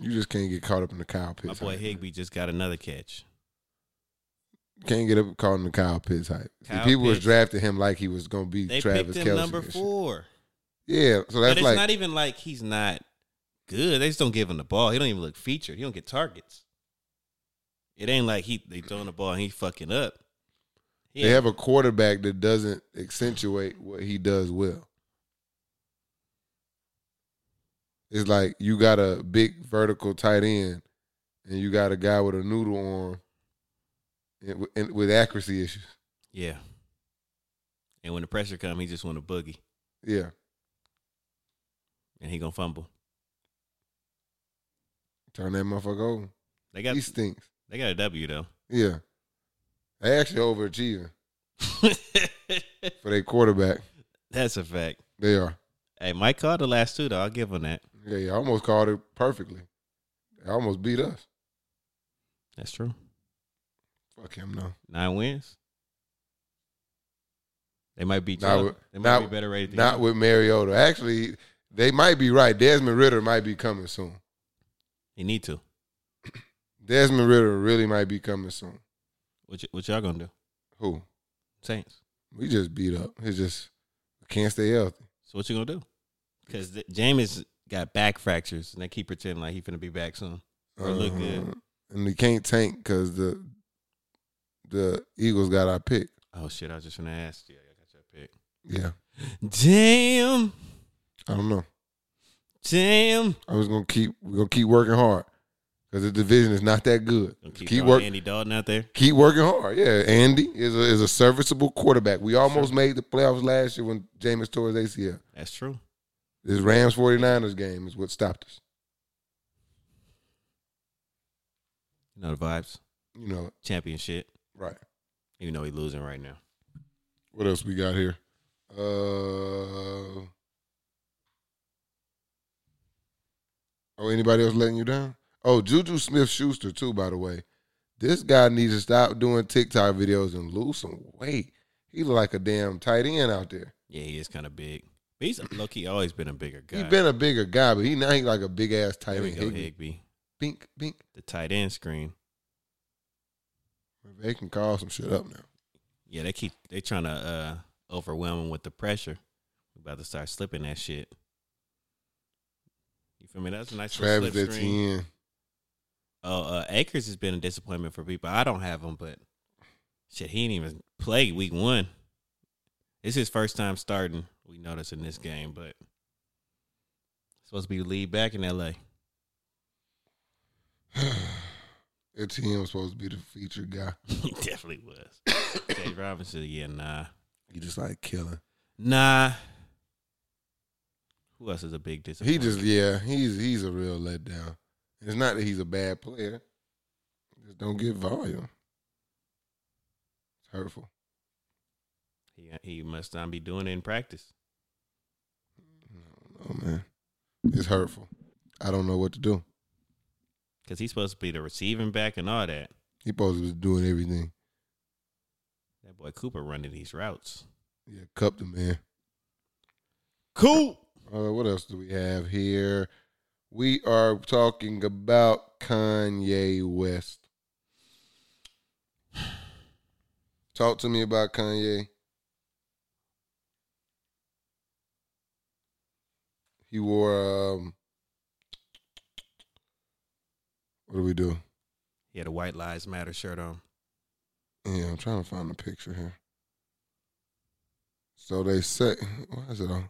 [SPEAKER 1] You just can't get caught up in the Kyle
[SPEAKER 2] My
[SPEAKER 1] Pitts.
[SPEAKER 2] boy
[SPEAKER 1] hype.
[SPEAKER 2] Higby just got another catch.
[SPEAKER 1] Can't get up caught in the Kyle Pitts hype. See,
[SPEAKER 2] Kyle
[SPEAKER 1] people was
[SPEAKER 2] Pitts.
[SPEAKER 1] drafting him like he was gonna be
[SPEAKER 2] They
[SPEAKER 1] Travis
[SPEAKER 2] picked him
[SPEAKER 1] Kelce
[SPEAKER 2] number
[SPEAKER 1] and shit.
[SPEAKER 2] four.
[SPEAKER 1] Yeah, so
[SPEAKER 2] But
[SPEAKER 1] that's
[SPEAKER 2] it's
[SPEAKER 1] like
[SPEAKER 2] not even like he's not good. They just don't give him the ball. He don't even look featured. He don't get targets. It ain't like he they throwing the ball and he fucking up. He
[SPEAKER 1] They
[SPEAKER 2] ain't-
[SPEAKER 1] have a quarterback that doesn't accentuate what he does well. It's like you got a big vertical tight end, and you got a guy with a noodle arm, and, with- and with accuracy issues.
[SPEAKER 2] Yeah. And when the pressure come, he just want to boogie
[SPEAKER 1] Yeah,
[SPEAKER 2] and he gonna fumble.
[SPEAKER 1] turn that motherfucker over.
[SPEAKER 2] They got
[SPEAKER 1] He stinks.
[SPEAKER 2] They got a W though. <laughs>
[SPEAKER 1] Yeah. They actually overachieving for their quarterback.
[SPEAKER 2] That's a fact.
[SPEAKER 1] They are.
[SPEAKER 2] Hey, Mike called the last two though. I'll give him that.
[SPEAKER 1] Yeah, yeah. I almost called it perfectly. They almost beat us.
[SPEAKER 2] That's true.
[SPEAKER 1] Fuck him, no.
[SPEAKER 2] Nine wins. They might beat
[SPEAKER 1] Not
[SPEAKER 2] y'all.
[SPEAKER 1] with-
[SPEAKER 2] they might
[SPEAKER 1] not-
[SPEAKER 2] be better rated. Than
[SPEAKER 1] Not with Mariota. Actually, they might be right. Desmond Ritter might be coming soon.
[SPEAKER 2] you need to.
[SPEAKER 1] Desmond Ritter really might be coming soon.
[SPEAKER 2] What, y- what y'all gonna do?
[SPEAKER 1] Who?
[SPEAKER 2] Saints.
[SPEAKER 1] We just beat up. It's just can't stay healthy.
[SPEAKER 2] So what you gonna do? Because th- Jameis got back fractures, and they keep pretending like he's gonna be back soon. Or look good.
[SPEAKER 1] Uh, And we can't tank because the the Eagles got our pick.
[SPEAKER 2] Oh shit! I was just gonna ask. Yeah, I got your pick.
[SPEAKER 1] Yeah.
[SPEAKER 2] Damn,
[SPEAKER 1] I don't know.
[SPEAKER 2] damn.
[SPEAKER 1] I was gonna keep we're gonna keep working hard. Cause the division is not that good.
[SPEAKER 2] Gonna
[SPEAKER 1] Keep,
[SPEAKER 2] keep, keep
[SPEAKER 1] work,
[SPEAKER 2] Andy Dalton out there.
[SPEAKER 1] keep working hard. Yeah, Andy is a, is a serviceable quarterback. We almost made the playoffs last year when Jameis tore his ACL.
[SPEAKER 2] That's true.
[SPEAKER 1] This Rams 49ers game is what stopped us.
[SPEAKER 2] You know the vibes.
[SPEAKER 1] You know, it.
[SPEAKER 2] Championship.
[SPEAKER 1] right.
[SPEAKER 2] Even though he's losing right now.
[SPEAKER 1] What else we got here? Uh Oh, anybody else letting you down? Oh, Juju Smith Schuster, too, by the way. This guy needs to stop doing TikTok videos and lose some weight. He look like a damn tight end out there.
[SPEAKER 2] Yeah, he is kind of big. But he's low key always been a bigger guy.
[SPEAKER 1] He been a bigger guy, but he now he like a big ass tight
[SPEAKER 2] there we
[SPEAKER 1] end.
[SPEAKER 2] go,
[SPEAKER 1] Higby.
[SPEAKER 2] Higby.
[SPEAKER 1] Bink, bink.
[SPEAKER 2] The tight end screen.
[SPEAKER 1] They can call some shit up now.
[SPEAKER 2] Yeah, they keep they trying to uh, overwhelm him with the pressure. We about to start slipping that shit. You feel me? That's a nice little
[SPEAKER 1] Travis
[SPEAKER 2] slip
[SPEAKER 1] at
[SPEAKER 2] screen.
[SPEAKER 1] ten.
[SPEAKER 2] Oh, uh, Akers has been a disappointment for people. I don't have him, but shit, he didn't even play week one. It's his first time starting. We noticed in this game, but supposed to be lead back in L.A.
[SPEAKER 1] <sighs> Etienne was supposed to be the featured guy.
[SPEAKER 2] <laughs> he definitely was.
[SPEAKER 1] <coughs>
[SPEAKER 2] Jay Robinson, yeah, nah,
[SPEAKER 1] He just like killing.
[SPEAKER 2] nah. Who else is a big disappointment?
[SPEAKER 1] He just yeah, he's he's a real letdown. It's not that he's a bad player. Just don't get volume. It's hurtful.
[SPEAKER 2] He uh, he must not be doing it in practice.
[SPEAKER 1] I don't know, man. It's hurtful. I don't know what to do.
[SPEAKER 2] Because he's supposed to be the receiving back and all that.
[SPEAKER 1] He supposed to be doing everything.
[SPEAKER 2] That boy Cooper running these routes.
[SPEAKER 1] Yeah, cup the man.
[SPEAKER 2] Cool.
[SPEAKER 1] Uh, what else do we have here? We are talking about Kanye West. Talk to me about Kanye. He wore um what do we do?
[SPEAKER 2] He had a White Lives Matter shirt on.
[SPEAKER 1] Yeah, I'm trying to find the picture here. So they say, why is it on?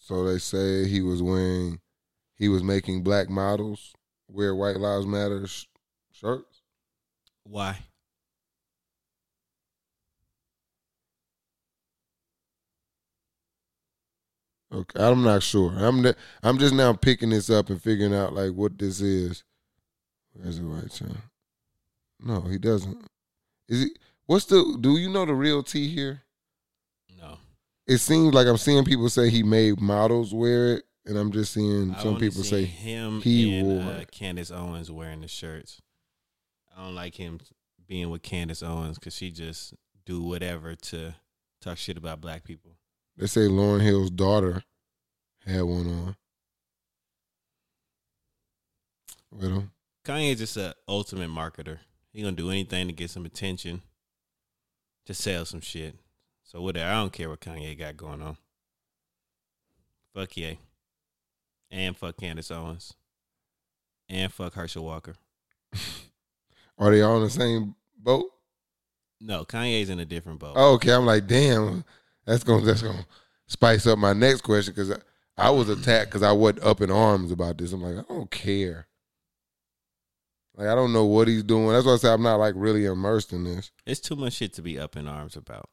[SPEAKER 1] So they say he was wearing, he was making black models wear White Lives Matter sh- shirts.
[SPEAKER 2] Why?
[SPEAKER 1] Okay, I'm not sure. I'm n I'm just now picking this up and figuring out like what this is. Where's the right turn? No, he doesn't. Is it? What's the? Do you know the real T here?
[SPEAKER 2] No.
[SPEAKER 1] it seems like I'm seeing people say he made models wear it, and I'm just seeing
[SPEAKER 2] I
[SPEAKER 1] some
[SPEAKER 2] only
[SPEAKER 1] people
[SPEAKER 2] seen
[SPEAKER 1] say
[SPEAKER 2] him
[SPEAKER 1] he
[SPEAKER 2] and
[SPEAKER 1] wore
[SPEAKER 2] uh,
[SPEAKER 1] it.
[SPEAKER 2] Candace Owens wearing the shirts. I don't like him being with Candace Owens because she just do whatever to talk shit about black people.
[SPEAKER 1] they say Lauren Hill's daughter had one on with him.
[SPEAKER 2] Kanye's just an ultimate marketer. He gonna do anything to get some attention, to sell some shit. So whatever, I don't care what Kanye got going on. Fuck yeah, and fuck Candace Owens, and fuck Herschel Walker.
[SPEAKER 1] Are they all in the same boat?
[SPEAKER 2] No, Kanye's in a different boat.
[SPEAKER 1] Oh, okay, I'm like, damn, that's gonna that's gonna spice up my next question because I, I was attacked because I wasn't up in arms about this. I'm like, I don't care. Like I don't know what he's doing. That's why I said I'm not like really immersed in this.
[SPEAKER 2] It's too much shit to be up in arms about.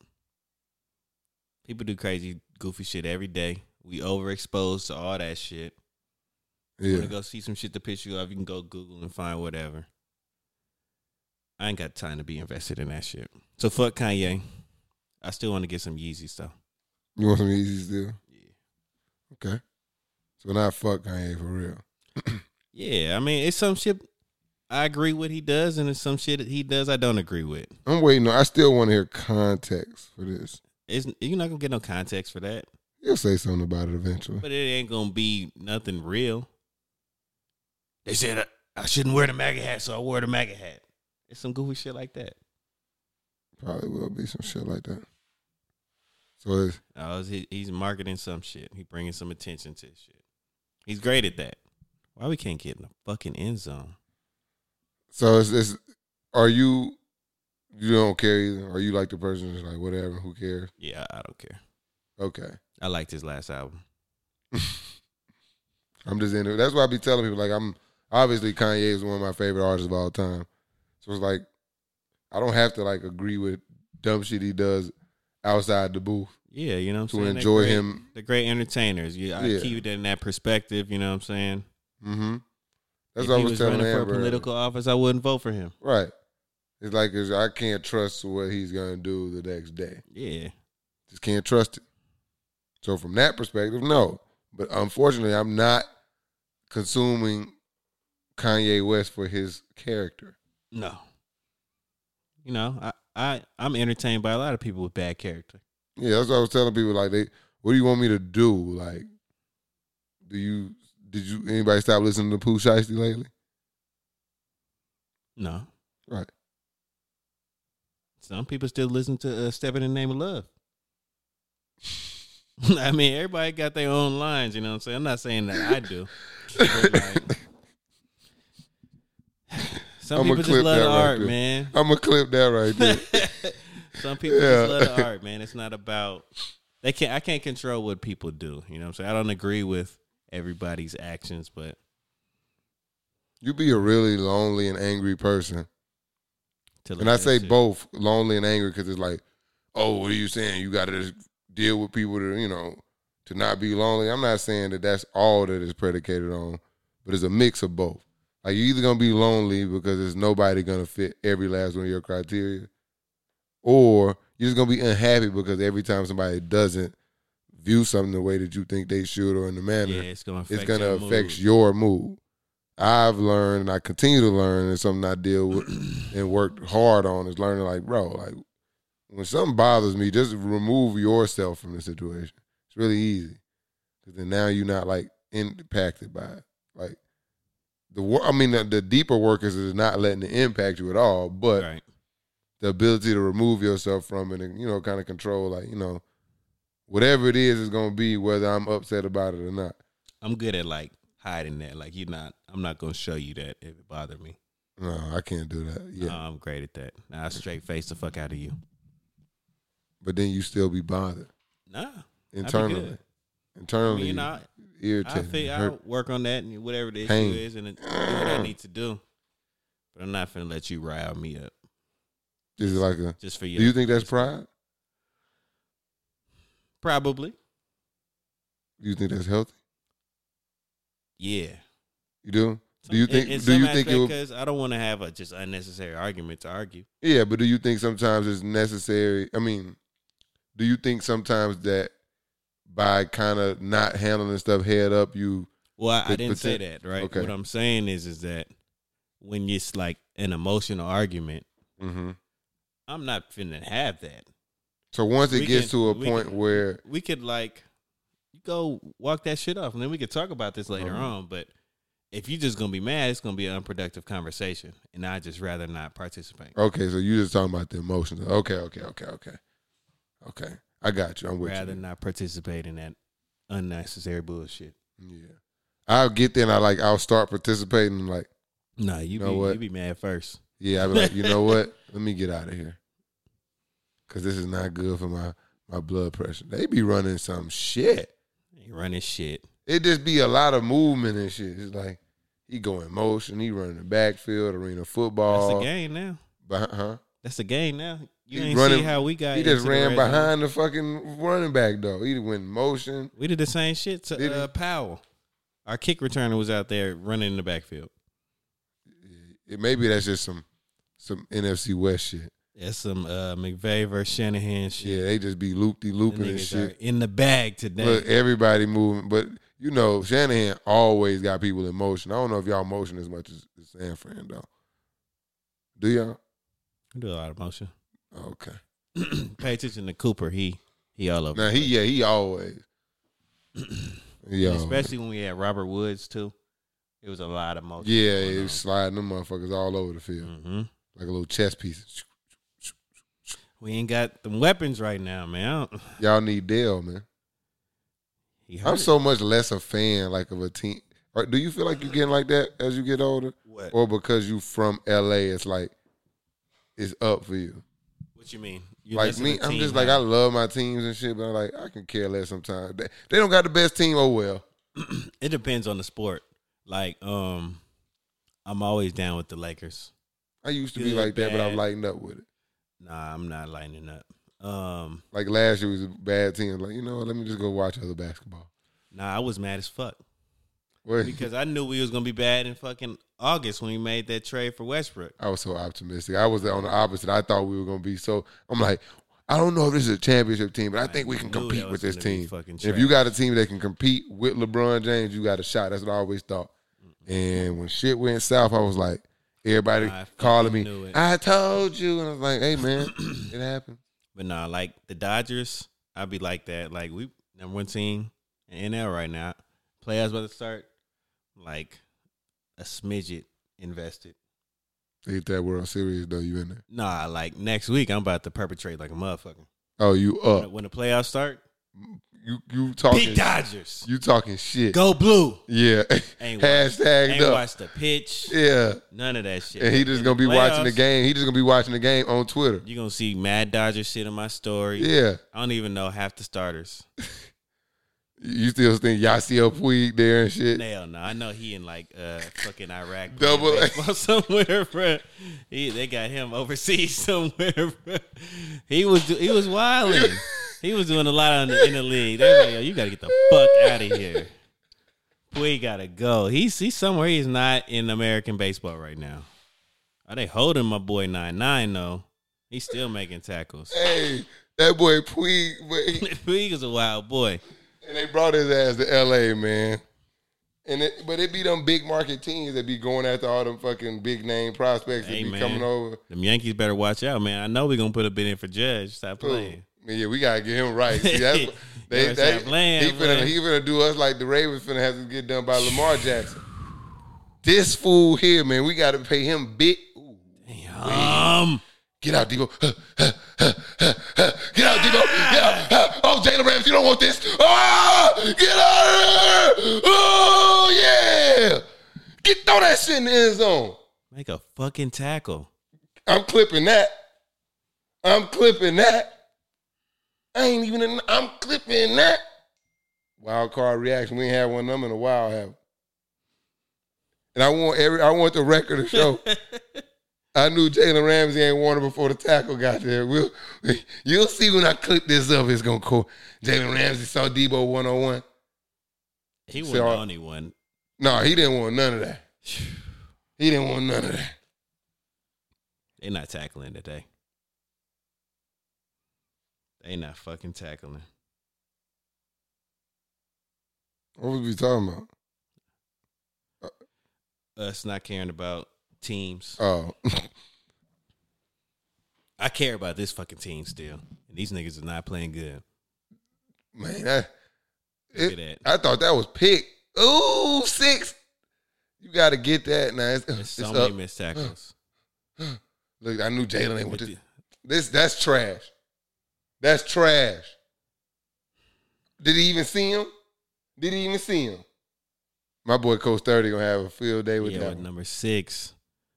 [SPEAKER 2] People do crazy, goofy shit every day. We overexposed to all that shit. You
[SPEAKER 1] Yeah,
[SPEAKER 2] wanna go see some shit to piss you off? You can go Google and find whatever. I ain't got time to be invested in that shit. So fuck Kanye. I still want to get some Yeezys though.
[SPEAKER 1] You want some Yeezys still?
[SPEAKER 2] Yeah.
[SPEAKER 1] Okay. So not fuck Kanye for real.
[SPEAKER 2] Yeah, I mean, it's some shit I agree with he does, and it's some shit he does I don't agree with.
[SPEAKER 1] I'm waiting. on I still want to hear context for this.
[SPEAKER 2] It's, you're not gonna get no context for that,
[SPEAKER 1] He'll say something about it eventually.
[SPEAKER 2] but it ain't gonna be nothing real. They said uh, I, I shouldn't wear the MAGA hat, so I wore the MAGA hat. It's some goofy shit like that.
[SPEAKER 1] Probably will be some shit like that. So it's,
[SPEAKER 2] Oh, he, he's marketing some shit. He bringing some attention to his shit. He's great at that. Why we can't get in the fucking end zone?
[SPEAKER 1] so it's, it's are you you don't care either? Are you like the person that's like whatever, who cares?
[SPEAKER 2] Yeah, I I don't care.
[SPEAKER 1] Okay. <laughs>
[SPEAKER 2] I liked his last album.
[SPEAKER 1] I'm just into it. That's why I be telling people like I'm obviously Kanye is one of my favorite artists of all time. So it's like I don't have to like agree with dumb shit he does outside the booth.
[SPEAKER 2] Yeah, you know what I'm
[SPEAKER 1] To
[SPEAKER 2] saying? They're
[SPEAKER 1] enjoy
[SPEAKER 2] great-
[SPEAKER 1] him.
[SPEAKER 2] They're great entertainers. You, I
[SPEAKER 1] Yeah.
[SPEAKER 2] keep it in that perspective, you know what I'm saying?
[SPEAKER 1] Mm-hmm. That's
[SPEAKER 2] if
[SPEAKER 1] what I
[SPEAKER 2] he
[SPEAKER 1] was,
[SPEAKER 2] was
[SPEAKER 1] telling
[SPEAKER 2] running for a
[SPEAKER 1] Amber.
[SPEAKER 2] political office, I wouldn't vote for him.
[SPEAKER 1] Right. It's like it's, I can't trust what he's gonna do the next day.
[SPEAKER 2] Yeah.
[SPEAKER 1] Just can't trust it. So from that perspective, no. But unfortunately, I'm not consuming Kanye West for his character.
[SPEAKER 2] No. You know, I, I I'm entertained by a lot of people with bad character.
[SPEAKER 1] Yeah, that's what I was telling people. Like, they, what do you want me to do? Like, do you did you anybody stop listening to Pooh Shiesty lately?
[SPEAKER 2] No.
[SPEAKER 1] Right.
[SPEAKER 2] Some people still listen to uh, Step in the Name of Love. <laughs> I mean, everybody got their own lines, you know what I'm saying? I'm not saying that I do. but
[SPEAKER 1] <laughs>
[SPEAKER 2] like, <sighs> some
[SPEAKER 1] I'ma
[SPEAKER 2] people just
[SPEAKER 1] clip
[SPEAKER 2] love
[SPEAKER 1] that
[SPEAKER 2] the
[SPEAKER 1] right
[SPEAKER 2] art,
[SPEAKER 1] there.
[SPEAKER 2] man.
[SPEAKER 1] <laughs> I'm gonna clip that right there.
[SPEAKER 2] <laughs> Some people
[SPEAKER 1] Yeah.
[SPEAKER 2] just love the art, man. It's not about they can not I can't control what people do. You know what I'm saying? I don't agree with everybody's actions, but
[SPEAKER 1] you be a really lonely and angry person.
[SPEAKER 2] to let
[SPEAKER 1] And I
[SPEAKER 2] that
[SPEAKER 1] say
[SPEAKER 2] shit-
[SPEAKER 1] both lonely and angry because it's like, oh, what are you saying? You got to just deal with people to, you know, to not be lonely. I'm not saying that that's all that is predicated on, but it's a mix of both. Like you're either gonna be lonely because there's nobody gonna fit every last one of your criteria, or you're just gonna be unhappy because every time somebody doesn't view something the way that you think they should or in the manner,
[SPEAKER 2] Yeah, it's gonna affect
[SPEAKER 1] it's gonna
[SPEAKER 2] your
[SPEAKER 1] affect
[SPEAKER 2] mood.
[SPEAKER 1] your mood. I've learned and I continue to learn and it's something I deal with
[SPEAKER 2] <clears throat>
[SPEAKER 1] and worked hard on is learning like, bro, like when something bothers me, just remove yourself from the situation. It's really easy. Cause then now you're not like impacted by it. Like the work I mean the, the deeper work is is not letting it impact you at all, but
[SPEAKER 2] Right.
[SPEAKER 1] the ability to remove yourself from it and you know kind of control like, you know, whatever it is is gonna be whether I'm upset about it or not.
[SPEAKER 2] I'm good at like hiding that. Like you're not I'm not gonna show you that if it bothered me.
[SPEAKER 1] No, I can't do that. Yeah.
[SPEAKER 2] No, I'm great at that. Now I straight face the fuck out of you.
[SPEAKER 1] But then you still be bothered
[SPEAKER 2] Nah. be
[SPEAKER 1] internally.
[SPEAKER 2] good. I
[SPEAKER 1] Internally,
[SPEAKER 2] mean, you know, I- I
[SPEAKER 1] irritated.
[SPEAKER 2] think I'll
[SPEAKER 1] hurt.
[SPEAKER 2] work on that and whatever the
[SPEAKER 1] Pain.
[SPEAKER 2] issue is and do what I need to do. But I'm not finna let you rile me up
[SPEAKER 1] Is it like a?
[SPEAKER 2] just for you.
[SPEAKER 1] Do you think that's pride?
[SPEAKER 2] probably?
[SPEAKER 1] Do you think that's healthy?
[SPEAKER 2] Yeah.
[SPEAKER 1] You do? Do you think? do you think it? Would,
[SPEAKER 2] Because I don't want to have a just unnecessary argument to argue.
[SPEAKER 1] yeah, but do you think sometimes it's necessary? I mean, do you think sometimes that by kind of not handling stuff head up, you
[SPEAKER 2] Well, I, I
[SPEAKER 1] But-
[SPEAKER 2] didn't
[SPEAKER 1] but
[SPEAKER 2] say
[SPEAKER 1] that-
[SPEAKER 2] that, right?
[SPEAKER 1] okay.
[SPEAKER 2] What I'm saying is, is that when it's like an emotional argument,
[SPEAKER 1] mm-hmm.
[SPEAKER 2] I'm not finna have that.
[SPEAKER 1] so once it
[SPEAKER 2] We
[SPEAKER 1] gets
[SPEAKER 2] can-
[SPEAKER 1] to a
[SPEAKER 2] we
[SPEAKER 1] point
[SPEAKER 2] can-
[SPEAKER 1] where
[SPEAKER 2] We could like you go walk that shit off, and then we could talk about this later
[SPEAKER 1] Mhm.
[SPEAKER 2] on. But if you're just gonna be mad, it's gonna be an unproductive conversation, and I just rather not participate.
[SPEAKER 1] okay, so you just talking about the emotions. Okay, okay, okay, okay, okay. I got you. I'm with
[SPEAKER 2] rather
[SPEAKER 1] you.
[SPEAKER 2] not participate in that unnecessary bullshit.
[SPEAKER 1] Yeah, I'll get there and I like I'll start participating. Like.
[SPEAKER 2] Nah, you
[SPEAKER 1] Know
[SPEAKER 2] be
[SPEAKER 1] what?
[SPEAKER 2] you be mad first.
[SPEAKER 1] Yeah, I'd be like, you
[SPEAKER 2] <laughs>
[SPEAKER 1] know what? Let me get out of here. Cause this is not good for my my blood pressure. They be running some shit.
[SPEAKER 2] Ain't running shit.
[SPEAKER 1] It just be a lot of movement and shit. It's like he go in motion, he running the backfield, arena
[SPEAKER 2] That's
[SPEAKER 1] football.
[SPEAKER 2] the game now.
[SPEAKER 1] Behi- huh?
[SPEAKER 2] That's the game now. You
[SPEAKER 1] Uh, He
[SPEAKER 2] ain't
[SPEAKER 1] running-
[SPEAKER 2] see how we got.
[SPEAKER 1] He just
[SPEAKER 2] into the
[SPEAKER 1] ran
[SPEAKER 2] red zone.
[SPEAKER 1] behind the fucking running back though. He went in motion.
[SPEAKER 2] We did the same shit
[SPEAKER 1] Did he?
[SPEAKER 2] to uh, Powell. Our kick returner was out there running in the backfield.
[SPEAKER 1] It, maybe that's just some some NFC West shit.
[SPEAKER 2] That's some uh, McVay versus Shanahan shit.
[SPEAKER 1] Yeah, they just be looped de
[SPEAKER 2] Them
[SPEAKER 1] looping and
[SPEAKER 2] niggas are
[SPEAKER 1] shit. eh,
[SPEAKER 2] in the bag today.
[SPEAKER 1] Look, everybody moving, but you know Shanahan always got people in motion. I don't know if y'all motion as much as as San Fran though. Do y'all?
[SPEAKER 2] We do a lot of motion. <clears throat>
[SPEAKER 1] Okay.
[SPEAKER 2] Pay attention to Cooper. He he all over.
[SPEAKER 1] Now he yeah he always.
[SPEAKER 2] And
[SPEAKER 1] Yeah.
[SPEAKER 2] Especially when we had Robert Woods too. It was a lot of motion.
[SPEAKER 1] Yeah, it was sliding them motherfuckers all over the field
[SPEAKER 2] hmm
[SPEAKER 1] like a little chess piece.
[SPEAKER 2] We ain't got the weapons right now, man. I don't- <laughs>
[SPEAKER 1] Y'all need Dale, man.
[SPEAKER 2] He hurt
[SPEAKER 1] I'm
[SPEAKER 2] it.
[SPEAKER 1] so much less a fan like of a team. Or do you feel like you're getting like that as you get older,
[SPEAKER 2] what?
[SPEAKER 1] or because you from LA, it's like it's up for you?
[SPEAKER 2] What you mean? You
[SPEAKER 1] like
[SPEAKER 2] listen
[SPEAKER 1] me,
[SPEAKER 2] to
[SPEAKER 1] I'm
[SPEAKER 2] team
[SPEAKER 1] just like I
[SPEAKER 2] now.
[SPEAKER 1] love my teams and shit, but I'm like I can care less sometimes. They, they don't got the best team. Oh well,
[SPEAKER 2] it depends on the sport. Like, um, I'm always down with the Lakers.
[SPEAKER 1] I used to be
[SPEAKER 2] Good,
[SPEAKER 1] like that, but I've
[SPEAKER 2] bad.
[SPEAKER 1] lightened up with it.
[SPEAKER 2] Nah, I'm not lighting up. Um,
[SPEAKER 1] Like last year was a bad team. Like you know, what, let me just go watch other basketball.
[SPEAKER 2] nah, I was mad as fuck
[SPEAKER 1] Well,
[SPEAKER 2] because I knew we was gonna be bad in fucking August when we made that trade for Westbrook.
[SPEAKER 1] I was so optimistic. I was on the opposite. I thought we were gonna be so. I'm like, I don't know if this is a championship team, but I think we can
[SPEAKER 2] knew that
[SPEAKER 1] compete
[SPEAKER 2] was
[SPEAKER 1] with this
[SPEAKER 2] gonna be
[SPEAKER 1] team.
[SPEAKER 2] fucking
[SPEAKER 1] If you got a team that can compete with LeBron James, you got a shot. That's what I always thought. And when shit went south, I was like, everybody
[SPEAKER 2] I fucking
[SPEAKER 1] calling
[SPEAKER 2] knew
[SPEAKER 1] me,
[SPEAKER 2] it.
[SPEAKER 1] I told you. And I was like, hey, man, <clears throat> it happened.
[SPEAKER 2] But nah, like the Dodgers, I'd be like that. Like we number one team in NL right now. Players about to start like a smidget invested.
[SPEAKER 1] Ain't that World Series, though, you in there.
[SPEAKER 2] Nah, like next week I'm about to perpetrate like a motherfucker.
[SPEAKER 1] Oh, you up.
[SPEAKER 2] When the playoffs start,
[SPEAKER 1] You you
[SPEAKER 2] big
[SPEAKER 1] talking
[SPEAKER 2] Dodgers.
[SPEAKER 1] You talking shit.
[SPEAKER 2] Go blue.
[SPEAKER 1] Yeah. <laughs>
[SPEAKER 2] Ain't
[SPEAKER 1] Hashtag
[SPEAKER 2] Ain't
[SPEAKER 1] up.
[SPEAKER 2] watched the pitch.
[SPEAKER 1] Yeah.
[SPEAKER 2] None of that shit.
[SPEAKER 1] And he just
[SPEAKER 2] In
[SPEAKER 1] gonna be
[SPEAKER 2] the
[SPEAKER 1] watching the
[SPEAKER 2] playoffs,
[SPEAKER 1] game. He just gonna be watching the game on Twitter.
[SPEAKER 2] You're gonna see Mad Dodger shit in my story.
[SPEAKER 1] Yeah.
[SPEAKER 2] I don't even know half the starters.
[SPEAKER 1] You still think Yasiel Puig there and shit?
[SPEAKER 2] Hell no, I know he in like uh fucking Iraq, playing
[SPEAKER 1] <laughs> Double A.
[SPEAKER 2] <laughs> baseball somewhere, bro. He, they got him overseas <laughs> somewhere. Bro. He was do- he was wilding. He was doing a lot on the, in the league. They were like, yo, you gotta get the fuck out of here. We gotta go. He's he's somewhere. He's not in American baseball right now. Are they holding my boy nine nine though? He's still making tackles. <laughs>
[SPEAKER 1] Hey, that boy Puig, but he-
[SPEAKER 2] Puig is a wild boy.
[SPEAKER 1] and they brought his ass to L.A. Man. And it, but it be them big market teams that be going after all them fucking big name prospects that
[SPEAKER 2] Hey,
[SPEAKER 1] be
[SPEAKER 2] man.
[SPEAKER 1] coming over.
[SPEAKER 2] Them Yankees better watch out, man. I know we're gonna put a bid in for Judge. Stop
[SPEAKER 1] Ooh.
[SPEAKER 2] playing.
[SPEAKER 1] Man, yeah, we gotta get him right. See, that's what- they,
[SPEAKER 2] Yo,
[SPEAKER 1] they-
[SPEAKER 2] stop playing,
[SPEAKER 1] he finna
[SPEAKER 2] boy.
[SPEAKER 1] he finna do us like the Ravens finna have to get done by Lamar Jackson. This fool here, man, we gotta pay him big. Ooh.
[SPEAKER 2] Yum.
[SPEAKER 1] Get out, Debo. Get out, Debo. Get out. Oh, Jalen Rams, you don't want this. Ah, get out of here. Oh, yeah. Get throw that shit in the end zone.
[SPEAKER 2] Make a
[SPEAKER 1] <laughs>
[SPEAKER 2] fucking tackle.
[SPEAKER 1] I'm clipping that. I'm clipping that. I ain't even in, I'm clipping that. Wild card reaction. We ain't had one of them in a while, have we? And I want every I want the record to <laughs> show. I knew Jalen Ramsey ain't won it before the tackle got there. We'll, you'll see when I clip this up, it's gonna go. Jalen Ramsey saw Debo one on one.
[SPEAKER 2] He
[SPEAKER 1] So,
[SPEAKER 2] wasn't
[SPEAKER 1] uh,
[SPEAKER 2] the only one. <sighs>
[SPEAKER 1] No, he didn't want none of that. He didn't want none of that.
[SPEAKER 2] They not tackling today. They not fucking tackling.
[SPEAKER 1] What was we talking about?
[SPEAKER 2] Us not caring about teams.
[SPEAKER 1] Oh. <laughs>
[SPEAKER 2] I care about this fucking team still. And these niggas is not playing good.
[SPEAKER 1] Man, that,
[SPEAKER 2] Look
[SPEAKER 1] it-
[SPEAKER 2] at that.
[SPEAKER 1] I thought that was pick. Ooh, six. You got to get that now. It's,
[SPEAKER 2] There's
[SPEAKER 1] it's
[SPEAKER 2] so many
[SPEAKER 1] up.
[SPEAKER 2] missed tackles.
[SPEAKER 1] Look, I knew Jalen ain't want
[SPEAKER 2] But
[SPEAKER 1] this.
[SPEAKER 2] the-
[SPEAKER 1] This that's trash. That's trash. Did he even see him? Did he even see him? My boy Coach Thirty gonna have a field day with
[SPEAKER 2] yeah,
[SPEAKER 1] that
[SPEAKER 2] with
[SPEAKER 1] one.
[SPEAKER 2] number six.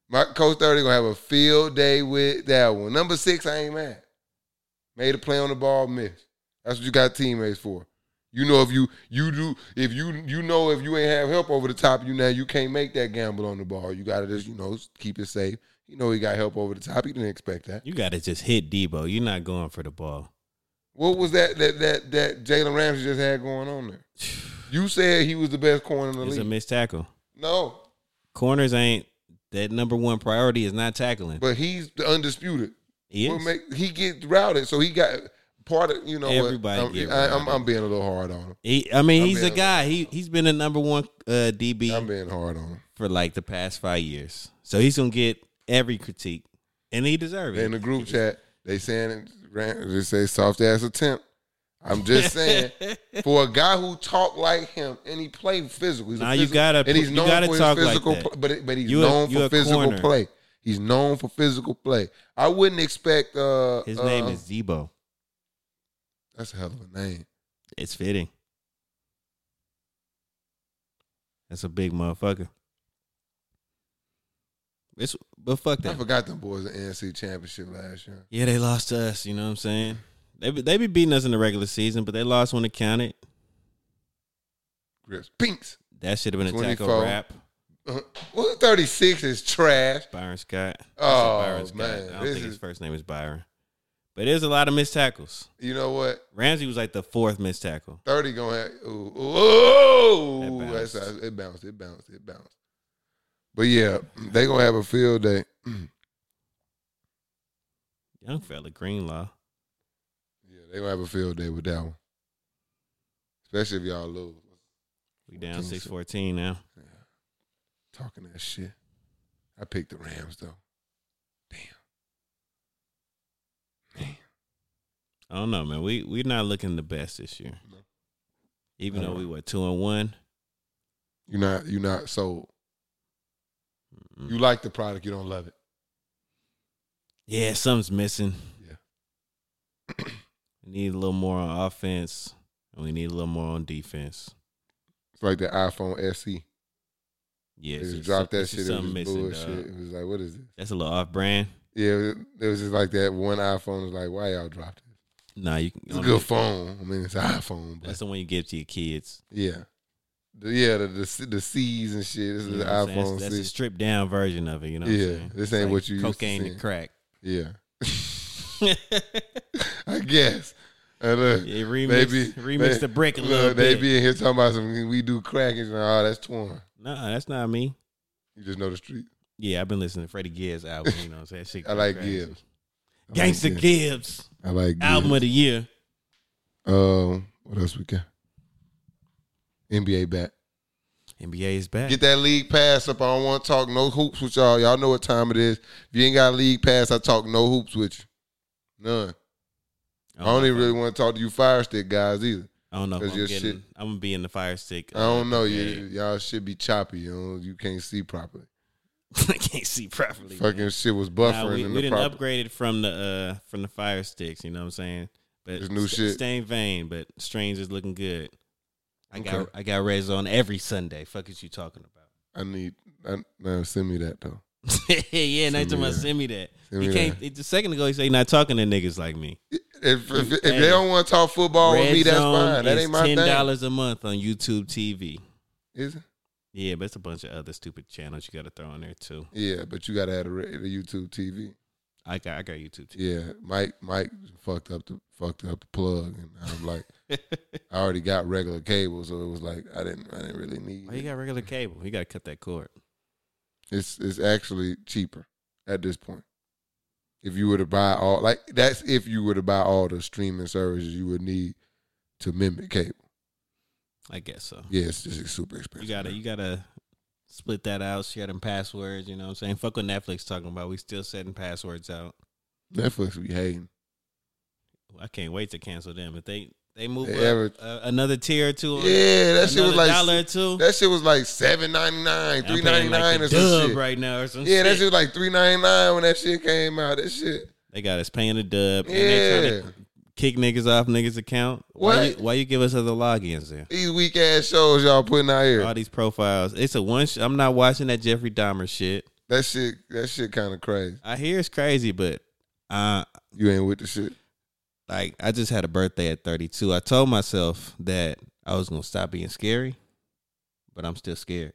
[SPEAKER 1] My Coach Thirty gonna have a field day with that one. Number six, I ain't mad. Made a play on the ball, missed. That's what you got teammates for. You know if you you do if you you know if you ain't have help over the top of you now you can't make that gamble on the ball. You gotta just you know keep it safe. You know he got help over the top. He didn't expect that.
[SPEAKER 2] You gotta just hit Debo. You're not going for the ball.
[SPEAKER 1] What was that that that that Jalen Ramsey just had going on there? You said he was the best corner in the
[SPEAKER 2] It's a
[SPEAKER 1] league.
[SPEAKER 2] missed tackle.
[SPEAKER 1] no,
[SPEAKER 2] Corners ain't that number one priority is not tackling.
[SPEAKER 1] But he's the undisputed.
[SPEAKER 2] He
[SPEAKER 1] What
[SPEAKER 2] is.
[SPEAKER 1] make- he get routed, so he got part of you know. what,
[SPEAKER 2] Everybody
[SPEAKER 1] I'm,
[SPEAKER 2] get
[SPEAKER 1] I, I'm,
[SPEAKER 2] routed.
[SPEAKER 1] I'm being a little hard on him.
[SPEAKER 2] He, I mean,
[SPEAKER 1] I'm
[SPEAKER 2] he's a
[SPEAKER 1] being-
[SPEAKER 2] guy. He he's been a number one uh, DB
[SPEAKER 1] I'm being hard on him.
[SPEAKER 2] for like the past five years, so he's gonna get every critique, and he deserves
[SPEAKER 1] In
[SPEAKER 2] it.
[SPEAKER 1] the group chat, they saying it ran- they say soft ass attempt. I'm just saying,
[SPEAKER 2] <laughs>
[SPEAKER 1] for a guy who talked like him and he played physical, he's a
[SPEAKER 2] Nah, you
[SPEAKER 1] physical,
[SPEAKER 2] gotta-
[SPEAKER 1] and he's
[SPEAKER 2] you
[SPEAKER 1] known
[SPEAKER 2] gotta
[SPEAKER 1] for
[SPEAKER 2] talk
[SPEAKER 1] his
[SPEAKER 2] like
[SPEAKER 1] physical,
[SPEAKER 2] that.
[SPEAKER 1] pl- but it- but he's
[SPEAKER 2] You a-
[SPEAKER 1] known
[SPEAKER 2] you
[SPEAKER 1] for
[SPEAKER 2] a
[SPEAKER 1] physical
[SPEAKER 2] corner.
[SPEAKER 1] play. He's known for physical play. I wouldn't expect. uh
[SPEAKER 2] His
[SPEAKER 1] uh,
[SPEAKER 2] name is Debo.
[SPEAKER 1] That's a hell of a name.
[SPEAKER 2] It's fitting. That's a big motherfucker. It's but fuck
[SPEAKER 1] I
[SPEAKER 2] that.
[SPEAKER 1] forgot them boys the NC championship last year.
[SPEAKER 2] Yeah, they lost to us. You know what I'm saying? They be- they be beating us in the regular season, but they lost when it counted.
[SPEAKER 1] Grips, pinks.
[SPEAKER 2] That should have been a tackle
[SPEAKER 1] 24.
[SPEAKER 2] wrap.
[SPEAKER 1] Uh, well, 36 is trash.
[SPEAKER 2] Byron Scott. I said
[SPEAKER 1] Oh,
[SPEAKER 2] Byron Scott.
[SPEAKER 1] man,
[SPEAKER 2] I don't
[SPEAKER 1] this
[SPEAKER 2] think his
[SPEAKER 1] is-
[SPEAKER 2] first name is Byron. But there's a lot of missed tackles.
[SPEAKER 1] You know what?
[SPEAKER 2] Ramsey was like the fourth missed tackle.
[SPEAKER 1] 30 going to have. Ooh, ooh, ooh.
[SPEAKER 2] That
[SPEAKER 1] That's-
[SPEAKER 2] bounced.
[SPEAKER 1] that's- it bounced. It bounced. It bounced. But yeah, they going to have a field day. <clears throat>
[SPEAKER 2] Young fella, Greenlaw.
[SPEAKER 1] Yeah, they going to have a field day with that one. Especially if y'all lose.
[SPEAKER 2] We down
[SPEAKER 1] 14.
[SPEAKER 2] six fourteen now.
[SPEAKER 1] Talking that shit. I picked the Rams, though. Damn. Man.
[SPEAKER 2] I don't know, man. We we're not looking the best this year.
[SPEAKER 1] No.
[SPEAKER 2] Even
[SPEAKER 1] Not
[SPEAKER 2] though
[SPEAKER 1] at
[SPEAKER 2] we were two and one.
[SPEAKER 1] You're not, you're not sold.
[SPEAKER 2] Mm.
[SPEAKER 1] You like the product, you don't love it.
[SPEAKER 2] Yeah, something's missing.
[SPEAKER 1] Yeah.
[SPEAKER 2] we <clears throat> need a little more on offense, and we need a little more on defense.
[SPEAKER 1] It's like the iPhone SE.
[SPEAKER 2] Yeah,
[SPEAKER 1] They
[SPEAKER 2] it's
[SPEAKER 1] just
[SPEAKER 2] just
[SPEAKER 1] dropped
[SPEAKER 2] some-
[SPEAKER 1] that
[SPEAKER 2] it's
[SPEAKER 1] shit.
[SPEAKER 2] just
[SPEAKER 1] It was
[SPEAKER 2] something
[SPEAKER 1] just
[SPEAKER 2] missing,
[SPEAKER 1] bullshit.
[SPEAKER 2] dog.
[SPEAKER 1] It was like, what is this?
[SPEAKER 2] That's a little off brand.
[SPEAKER 1] Yeah, it was- it was just like that one iPhone. It was like, why y'all dropped it?
[SPEAKER 2] Nah, you can.
[SPEAKER 1] It's a good phone. I mean, it's an iPhone, but
[SPEAKER 2] That's the one you give to your kids.
[SPEAKER 1] yeah, the, yeah, the, the C- the C's and shit. This is
[SPEAKER 2] You
[SPEAKER 1] the
[SPEAKER 2] know what I'm saying?
[SPEAKER 1] iPhone C.
[SPEAKER 2] That's, that's a stripped down version of it. You know. What
[SPEAKER 1] Yeah,
[SPEAKER 2] I'm saying?
[SPEAKER 1] this
[SPEAKER 2] It's
[SPEAKER 1] ain't
[SPEAKER 2] like
[SPEAKER 1] what you used to
[SPEAKER 2] cocaine
[SPEAKER 1] see. <laughs>
[SPEAKER 2] to crack. <laughs>
[SPEAKER 1] yeah, I guess. And look,
[SPEAKER 2] Yeah, remix,
[SPEAKER 1] Maybe-
[SPEAKER 2] remix
[SPEAKER 1] may-
[SPEAKER 2] the brick a
[SPEAKER 1] look,
[SPEAKER 2] little
[SPEAKER 1] they
[SPEAKER 2] bit.
[SPEAKER 1] be in here talking about some we do crack and all. that's torn.
[SPEAKER 2] Nah, that's not me.
[SPEAKER 1] You just know the street.
[SPEAKER 2] Yeah, I've been listening to Freddie Gibbs album. You know, what I'm saying That shit
[SPEAKER 1] I like
[SPEAKER 2] crazy.
[SPEAKER 1] Gibbs. I like
[SPEAKER 2] Gangsta
[SPEAKER 1] Gibbs.
[SPEAKER 2] Gibbs
[SPEAKER 1] I like
[SPEAKER 2] album
[SPEAKER 1] Gibbs.
[SPEAKER 2] of the year.
[SPEAKER 1] Um, what else we got? NBA back.
[SPEAKER 2] NBA is back.
[SPEAKER 1] Get that league pass up. I don't want to talk no hoops with y'all. Y'all know what time it is. If you ain't got a league pass, I talk no hoops with you. None.
[SPEAKER 2] Oh
[SPEAKER 1] I don't even really want to talk to you fire stick guys either.
[SPEAKER 2] I don't know. If
[SPEAKER 1] 'cause
[SPEAKER 2] I'm,
[SPEAKER 1] your
[SPEAKER 2] getting,
[SPEAKER 1] shit-
[SPEAKER 2] I'm gonna be in the fire stick.
[SPEAKER 1] I don't know. You,
[SPEAKER 2] brigade.
[SPEAKER 1] y'all should be choppy. You know, you can't see properly.
[SPEAKER 2] <laughs> I can't see properly. man.
[SPEAKER 1] Fucking shit was
[SPEAKER 2] Nah,
[SPEAKER 1] buffering
[SPEAKER 2] we,
[SPEAKER 1] in
[SPEAKER 2] we
[SPEAKER 1] the
[SPEAKER 2] didn't
[SPEAKER 1] proper.
[SPEAKER 2] upgrade it from the uh from the fire sticks. You know what I'm saying? But
[SPEAKER 1] It's new shit.
[SPEAKER 2] Staying vain, but strange is looking good. I got
[SPEAKER 1] Okay.
[SPEAKER 2] I got Reds on every Sunday. Fuck is you talking about? <laughs>
[SPEAKER 1] I need. I, no, send me that though.
[SPEAKER 2] yeah, and
[SPEAKER 1] Send me
[SPEAKER 2] they talking
[SPEAKER 1] that.
[SPEAKER 2] about send me that.
[SPEAKER 1] Send
[SPEAKER 2] he
[SPEAKER 1] me
[SPEAKER 2] can't. Just a second ago, he said he not talking to niggas like me.
[SPEAKER 1] If if, if
[SPEAKER 2] Hey.
[SPEAKER 1] they don't want to talk football with
[SPEAKER 2] Red
[SPEAKER 1] Oh, me, that's
[SPEAKER 2] Zone
[SPEAKER 1] fine. That
[SPEAKER 2] is
[SPEAKER 1] ain't my
[SPEAKER 2] ten
[SPEAKER 1] thing.
[SPEAKER 2] dollars a month on YouTube TV.
[SPEAKER 1] Is it?
[SPEAKER 2] Yeah, but it's a bunch of other stupid channels you got to throw on there too.
[SPEAKER 1] Yeah, but you gotta have a, re- the YouTube TV.
[SPEAKER 2] I got I got YouTube TV.
[SPEAKER 1] Yeah, Mike Mike fucked up the fucked up the plug, and I'm like,
[SPEAKER 2] <laughs>
[SPEAKER 1] I already got regular cable, so it was like I didn't I didn't really need.
[SPEAKER 2] Why you
[SPEAKER 1] it.
[SPEAKER 2] Oh, got regular cable? You got to cut that cord.
[SPEAKER 1] It's it's actually cheaper at this point. If you were to buy all like that's if you were to buy all the streaming services you would need to mimic cable.
[SPEAKER 2] I guess so.
[SPEAKER 1] Yeah, it's just super
[SPEAKER 2] You
[SPEAKER 1] expensive.
[SPEAKER 2] gotta you gotta split that out, share them passwords, you know what I'm saying? Fuck what Netflix talking about. We still setting passwords out.
[SPEAKER 1] Netflix be hating.
[SPEAKER 2] I can't wait to cancel them. If they they move
[SPEAKER 1] They
[SPEAKER 2] up,
[SPEAKER 1] ever-
[SPEAKER 2] uh, another tier or two,
[SPEAKER 1] Yeah, that shit was
[SPEAKER 2] another
[SPEAKER 1] like
[SPEAKER 2] dollar or two.
[SPEAKER 1] that shit was like seven ninety nine,
[SPEAKER 2] I'm
[SPEAKER 1] three ninety
[SPEAKER 2] paying
[SPEAKER 1] nine
[SPEAKER 2] like
[SPEAKER 1] or
[SPEAKER 2] the
[SPEAKER 1] some
[SPEAKER 2] dub
[SPEAKER 1] shit.
[SPEAKER 2] right now or some
[SPEAKER 1] Yeah, that
[SPEAKER 2] shit.
[SPEAKER 1] shit was like three ninety nine when that shit came out. That shit.
[SPEAKER 2] They got us paying the dub. And they
[SPEAKER 1] Yeah.
[SPEAKER 2] trying to kick niggas off niggas account. Why
[SPEAKER 1] What?
[SPEAKER 2] you, why you give us other logins there?
[SPEAKER 1] These weak ass shows y'all putting out here.
[SPEAKER 2] All these profiles. It's a one. Sh- I'm not watching that Jeffrey Dahmer shit.
[SPEAKER 1] That shit, that shit kind of crazy.
[SPEAKER 2] I hear it's crazy, but uh,
[SPEAKER 1] You ain't with the shit.
[SPEAKER 2] like I just had a birthday at 32. I told myself that I was gonna stop being scary, but I'm still scared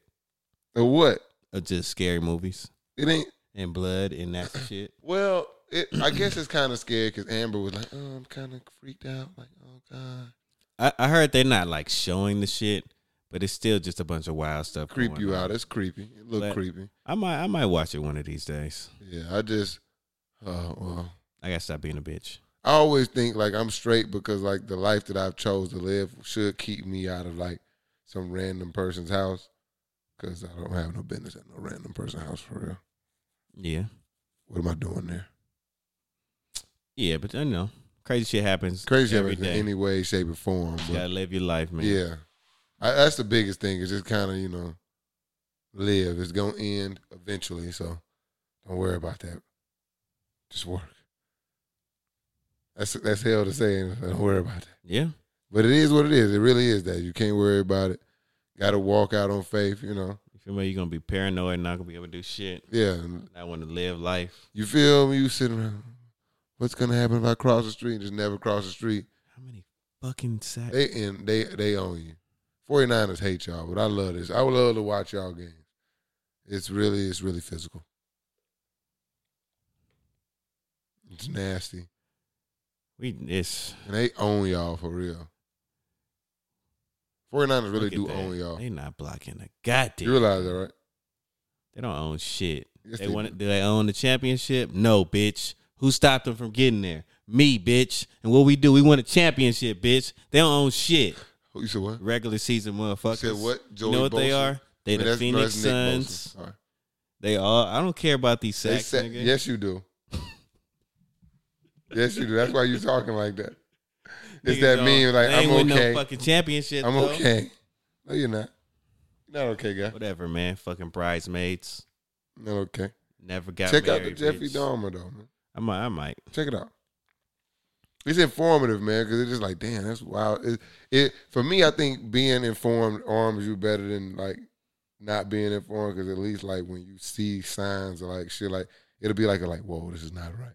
[SPEAKER 1] Or what?
[SPEAKER 2] of just scary movies
[SPEAKER 1] It ain't.
[SPEAKER 2] and blood
[SPEAKER 1] <coughs>
[SPEAKER 2] and that shit.
[SPEAKER 1] Well, it, I guess it's kind of scary because Amber was like, "Oh, I'm kind of freaked out." Like, oh god.
[SPEAKER 2] I, I heard they're not like showing the shit, but but it's still just a bunch of wild stuff.
[SPEAKER 1] Creep
[SPEAKER 2] going
[SPEAKER 1] you
[SPEAKER 2] on.
[SPEAKER 1] out. It's creepy. It look
[SPEAKER 2] But-
[SPEAKER 1] creepy.
[SPEAKER 2] I might I might watch it one of these days.
[SPEAKER 1] Yeah, I just uh well.
[SPEAKER 2] I gotta stop being a bitch.
[SPEAKER 1] I always think like I'm straight because like the life that I've chose to live should keep me out of like some random person's house. Cause I don't have no business at no random person's house for real.
[SPEAKER 2] Yeah,
[SPEAKER 1] What am I doing there?
[SPEAKER 2] yeah, but I know crazy shit happens.
[SPEAKER 1] Crazy
[SPEAKER 2] every
[SPEAKER 1] happens in
[SPEAKER 2] day.
[SPEAKER 1] any way, shape, or form.
[SPEAKER 2] You gotta
[SPEAKER 1] But
[SPEAKER 2] live your life, man.
[SPEAKER 1] yeah, I, that's the biggest thing. Is just kind of you know live. It's gonna end eventually, so don't worry about that. Just work. That's that's hell to say. and Don't worry about that.
[SPEAKER 2] yeah.
[SPEAKER 1] But it is what it is. It really is that you can't worry about it. Got to walk out on faith. You know.
[SPEAKER 2] You feel me? You're gonna be paranoid, not gonna be able to do shit.
[SPEAKER 1] Yeah. and
[SPEAKER 2] Not want to live life.
[SPEAKER 1] You feel me? You sitting around. What's gonna happen if I cross the street? Just never cross the street.
[SPEAKER 2] How many fucking sacks?
[SPEAKER 1] They and they they own you. 49ers hate y'all, but I love this. I would love to watch y'all games. It's really it's really physical. It's nasty.
[SPEAKER 2] we it's
[SPEAKER 1] And they own y'all for real. 49ers really
[SPEAKER 2] look at
[SPEAKER 1] do
[SPEAKER 2] that.
[SPEAKER 1] own y'all.
[SPEAKER 2] They not blocking a goddamn.
[SPEAKER 1] You realize that, right?
[SPEAKER 2] they don't own shit.
[SPEAKER 1] Yes,
[SPEAKER 2] they
[SPEAKER 1] they
[SPEAKER 2] want. Do they own the championship? No, bitch. Who stopped them from getting there? Me, bitch. And what we do? We won a championship, bitch. They don't own shit.
[SPEAKER 1] Who you said what?
[SPEAKER 2] Regular season motherfuckers.
[SPEAKER 1] You said what?
[SPEAKER 2] You know what they
[SPEAKER 1] Bosa?
[SPEAKER 2] are? They
[SPEAKER 1] I mean,
[SPEAKER 2] the
[SPEAKER 1] that's- no,
[SPEAKER 2] Phoenix
[SPEAKER 1] that's Nick Bosa.
[SPEAKER 2] Suns.
[SPEAKER 1] Sorry.
[SPEAKER 2] They all. I don't care about these
[SPEAKER 1] They
[SPEAKER 2] sacks,
[SPEAKER 1] said-
[SPEAKER 2] nigga.
[SPEAKER 1] yes, you
[SPEAKER 2] <laughs>
[SPEAKER 1] do. yes, you do. That's why you talking like
[SPEAKER 2] <laughs>
[SPEAKER 1] that. It's
[SPEAKER 2] Niggas
[SPEAKER 1] that
[SPEAKER 2] don't-
[SPEAKER 1] meme like
[SPEAKER 2] they ain't
[SPEAKER 1] I'm
[SPEAKER 2] win
[SPEAKER 1] okay.
[SPEAKER 2] No fucking championship.
[SPEAKER 1] I'm
[SPEAKER 2] though.
[SPEAKER 1] okay. No, you're not. You're not okay, guy.
[SPEAKER 2] Whatever, man. Fucking bridesmaids.
[SPEAKER 1] Not okay.
[SPEAKER 2] Never got
[SPEAKER 1] Check out
[SPEAKER 2] married.
[SPEAKER 1] the Jeffrey
[SPEAKER 2] bitch.
[SPEAKER 1] Dahmer though, man.
[SPEAKER 2] I might. I might.
[SPEAKER 1] Check it out. It's informative, man, because it's just like, damn, that's wild. It, it for me, I think being informed arms you better than like not being informed. Because at least like when you see signs or like shit, like it'll be like, like, whoa, this is not right.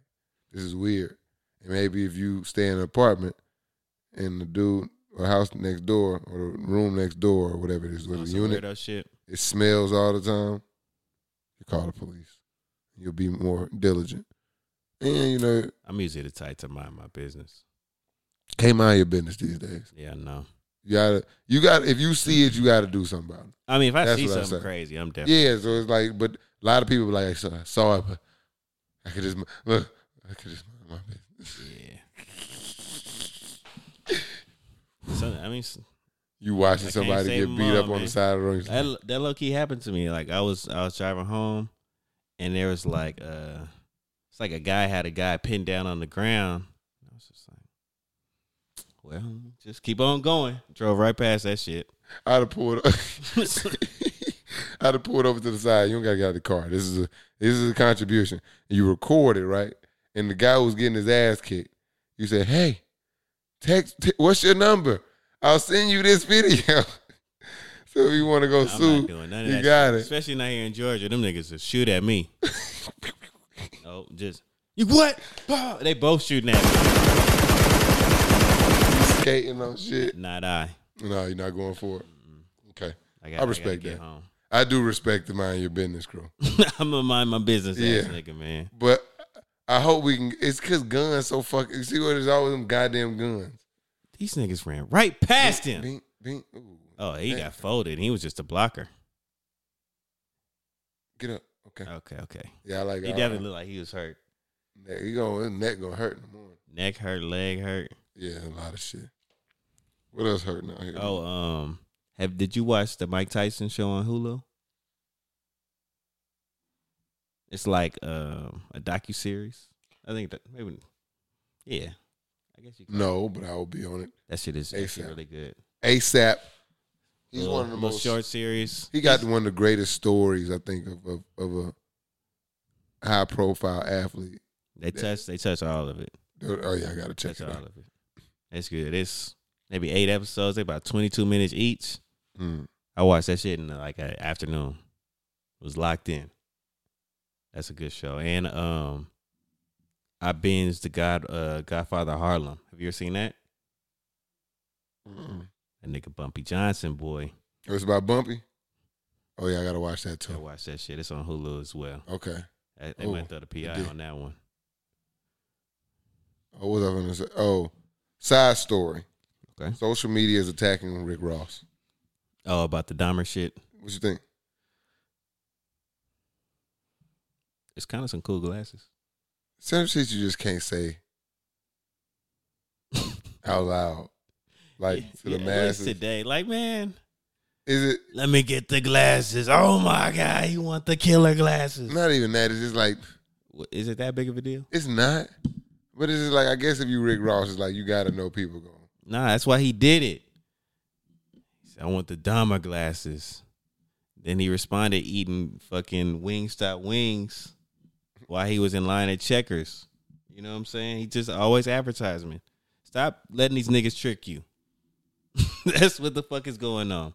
[SPEAKER 1] This is weird. And maybe if you stay in an apartment and the dude or house next door or the room next door or whatever it is, with
[SPEAKER 2] On
[SPEAKER 1] the
[SPEAKER 2] some
[SPEAKER 1] unit,
[SPEAKER 2] weirdo shit.
[SPEAKER 1] it smells all the time, you call the police. You'll be more diligent. And you know,
[SPEAKER 2] I'm usually the type to mind my business.
[SPEAKER 1] can't mind your business these days.
[SPEAKER 2] Yeah, no.
[SPEAKER 1] You gotta you gotta if you see it, you gotta do something about it.
[SPEAKER 2] I mean, if I
[SPEAKER 1] That's
[SPEAKER 2] see
[SPEAKER 1] what I
[SPEAKER 2] something
[SPEAKER 1] say.
[SPEAKER 2] crazy, I'm definitely.
[SPEAKER 1] Yeah, so it's like but a lot of people like I saw, saw it, but I could just look, I could just mind my business.
[SPEAKER 2] Yeah. So, I mean, s-
[SPEAKER 1] You watching
[SPEAKER 2] I can't
[SPEAKER 1] somebody
[SPEAKER 2] save
[SPEAKER 1] get
[SPEAKER 2] them
[SPEAKER 1] beat
[SPEAKER 2] all,
[SPEAKER 1] up on
[SPEAKER 2] man.
[SPEAKER 1] the side of the road.
[SPEAKER 2] that that low key happened to me. Like I was I was driving home, and there was like uh, it's like a guy had a guy pinned down on the ground. I was just like, well, just keep on going. Drove right past that shit. <laughs>
[SPEAKER 1] I'd have pulled <laughs> <coughs> I'd have pulled over to the side. You don't gotta get out of the car. This is a this is a contribution. You record it, right? And the guy was getting his ass kicked. You said, "Hey, text. T- what's your number? I'll send you this video." <laughs> so if you want to go
[SPEAKER 2] I'm
[SPEAKER 1] sue,
[SPEAKER 2] not doing none of
[SPEAKER 1] you
[SPEAKER 2] that.
[SPEAKER 1] got
[SPEAKER 2] shit.
[SPEAKER 1] it.
[SPEAKER 2] Especially not here in Georgia. Them niggas just shoot
[SPEAKER 1] <laughs>
[SPEAKER 2] at me. oh, just you what? Bah! They both shooting at me.
[SPEAKER 1] you skating on shit.
[SPEAKER 2] Not I.
[SPEAKER 1] No, you're not going for it. Okay,
[SPEAKER 2] I, got,
[SPEAKER 1] I respect
[SPEAKER 2] gotta get
[SPEAKER 1] that.
[SPEAKER 2] home. <laughs>
[SPEAKER 1] I do respect the mind your business crew,
[SPEAKER 2] I'm gonna mind my business,
[SPEAKER 1] Yeah.
[SPEAKER 2] ass nigga, man.
[SPEAKER 1] but I hope we can. It's because guns so fucking. You see what? There's always them goddamn guns.
[SPEAKER 2] These niggas ran right past him.
[SPEAKER 1] Bing, bing, ooh.
[SPEAKER 2] Oh, he got folded. He was just a blocker.
[SPEAKER 1] Get up. Okay.
[SPEAKER 2] Okay, okay.
[SPEAKER 1] Yeah, I like.
[SPEAKER 2] uh, He
[SPEAKER 1] I-
[SPEAKER 2] definitely looked like he was hurt.
[SPEAKER 1] Neck, he gonna, his neck gonna hurt in the morning.
[SPEAKER 2] Neck hurt, leg hurt.
[SPEAKER 1] Yeah, a lot of shit. What else hurting out here?
[SPEAKER 2] Oh, um, have did you watch the Mike Tyson show on Hulu? It's like um a docu series. I think that maybe, yeah. I guess you. Can.
[SPEAKER 1] no, but I will be on it
[SPEAKER 2] That shit is actually
[SPEAKER 1] ASAP.
[SPEAKER 2] really good.
[SPEAKER 1] ASAP. He's
[SPEAKER 2] Little-
[SPEAKER 1] one of the
[SPEAKER 2] little
[SPEAKER 1] most.
[SPEAKER 2] Uh, short series.
[SPEAKER 1] He got one of the greatest stories I think of of, of a high profile athlete.
[SPEAKER 2] They touch. They touch all of it.
[SPEAKER 1] Oh yeah, I gotta check
[SPEAKER 2] That's
[SPEAKER 1] it
[SPEAKER 2] all
[SPEAKER 1] out.
[SPEAKER 2] of it. That's good. It's maybe eight episodes. They about twenty two minutes each.
[SPEAKER 1] Mm.
[SPEAKER 2] I watched that shit in uh, like an afternoon. Was locked in. That's a good show. And um, I binged the God uh Godfather Harlem. Have you ever seen that?
[SPEAKER 1] Mm.
[SPEAKER 2] That nigga Bumpy Johnson boy.
[SPEAKER 1] It was about Bumpy. Oh yeah, I gotta watch that
[SPEAKER 2] I
[SPEAKER 1] too.
[SPEAKER 2] watched that shit. It's on Hulu as well.
[SPEAKER 1] Okay.
[SPEAKER 2] They they
[SPEAKER 1] Oh,
[SPEAKER 2] might throw the
[SPEAKER 1] it
[SPEAKER 2] PI
[SPEAKER 1] did.
[SPEAKER 2] on that one.
[SPEAKER 1] Oh, what was I gonna say? Oh, side story.
[SPEAKER 2] Okay.
[SPEAKER 1] Social media is attacking Rick Ross.
[SPEAKER 2] Oh, about the Dahmer shit.
[SPEAKER 1] What you think?
[SPEAKER 2] It's kind of some cool glasses.
[SPEAKER 1] Some shit you just can't say out loud, like
[SPEAKER 2] <laughs>
[SPEAKER 1] to the
[SPEAKER 2] Yeah, at least
[SPEAKER 1] masses.
[SPEAKER 2] today. Like, man,
[SPEAKER 1] Is it
[SPEAKER 2] let me get the glasses. Oh my god, you want the killer glasses?
[SPEAKER 1] not even that? It's just like
[SPEAKER 2] Wha- Is it that big of a deal?
[SPEAKER 1] it's not. But it's just like I guess if you Rick Ross, it's like you got to know people going.
[SPEAKER 2] Nah, that's why he did it. He said, I want the Dahmer glasses. Then he responded eating fucking Wingstop wings while he was in line at Checkers. You know what I'm saying? He just always advertisement. Stop letting these niggas trick you. <laughs> that's what the fuck is going on.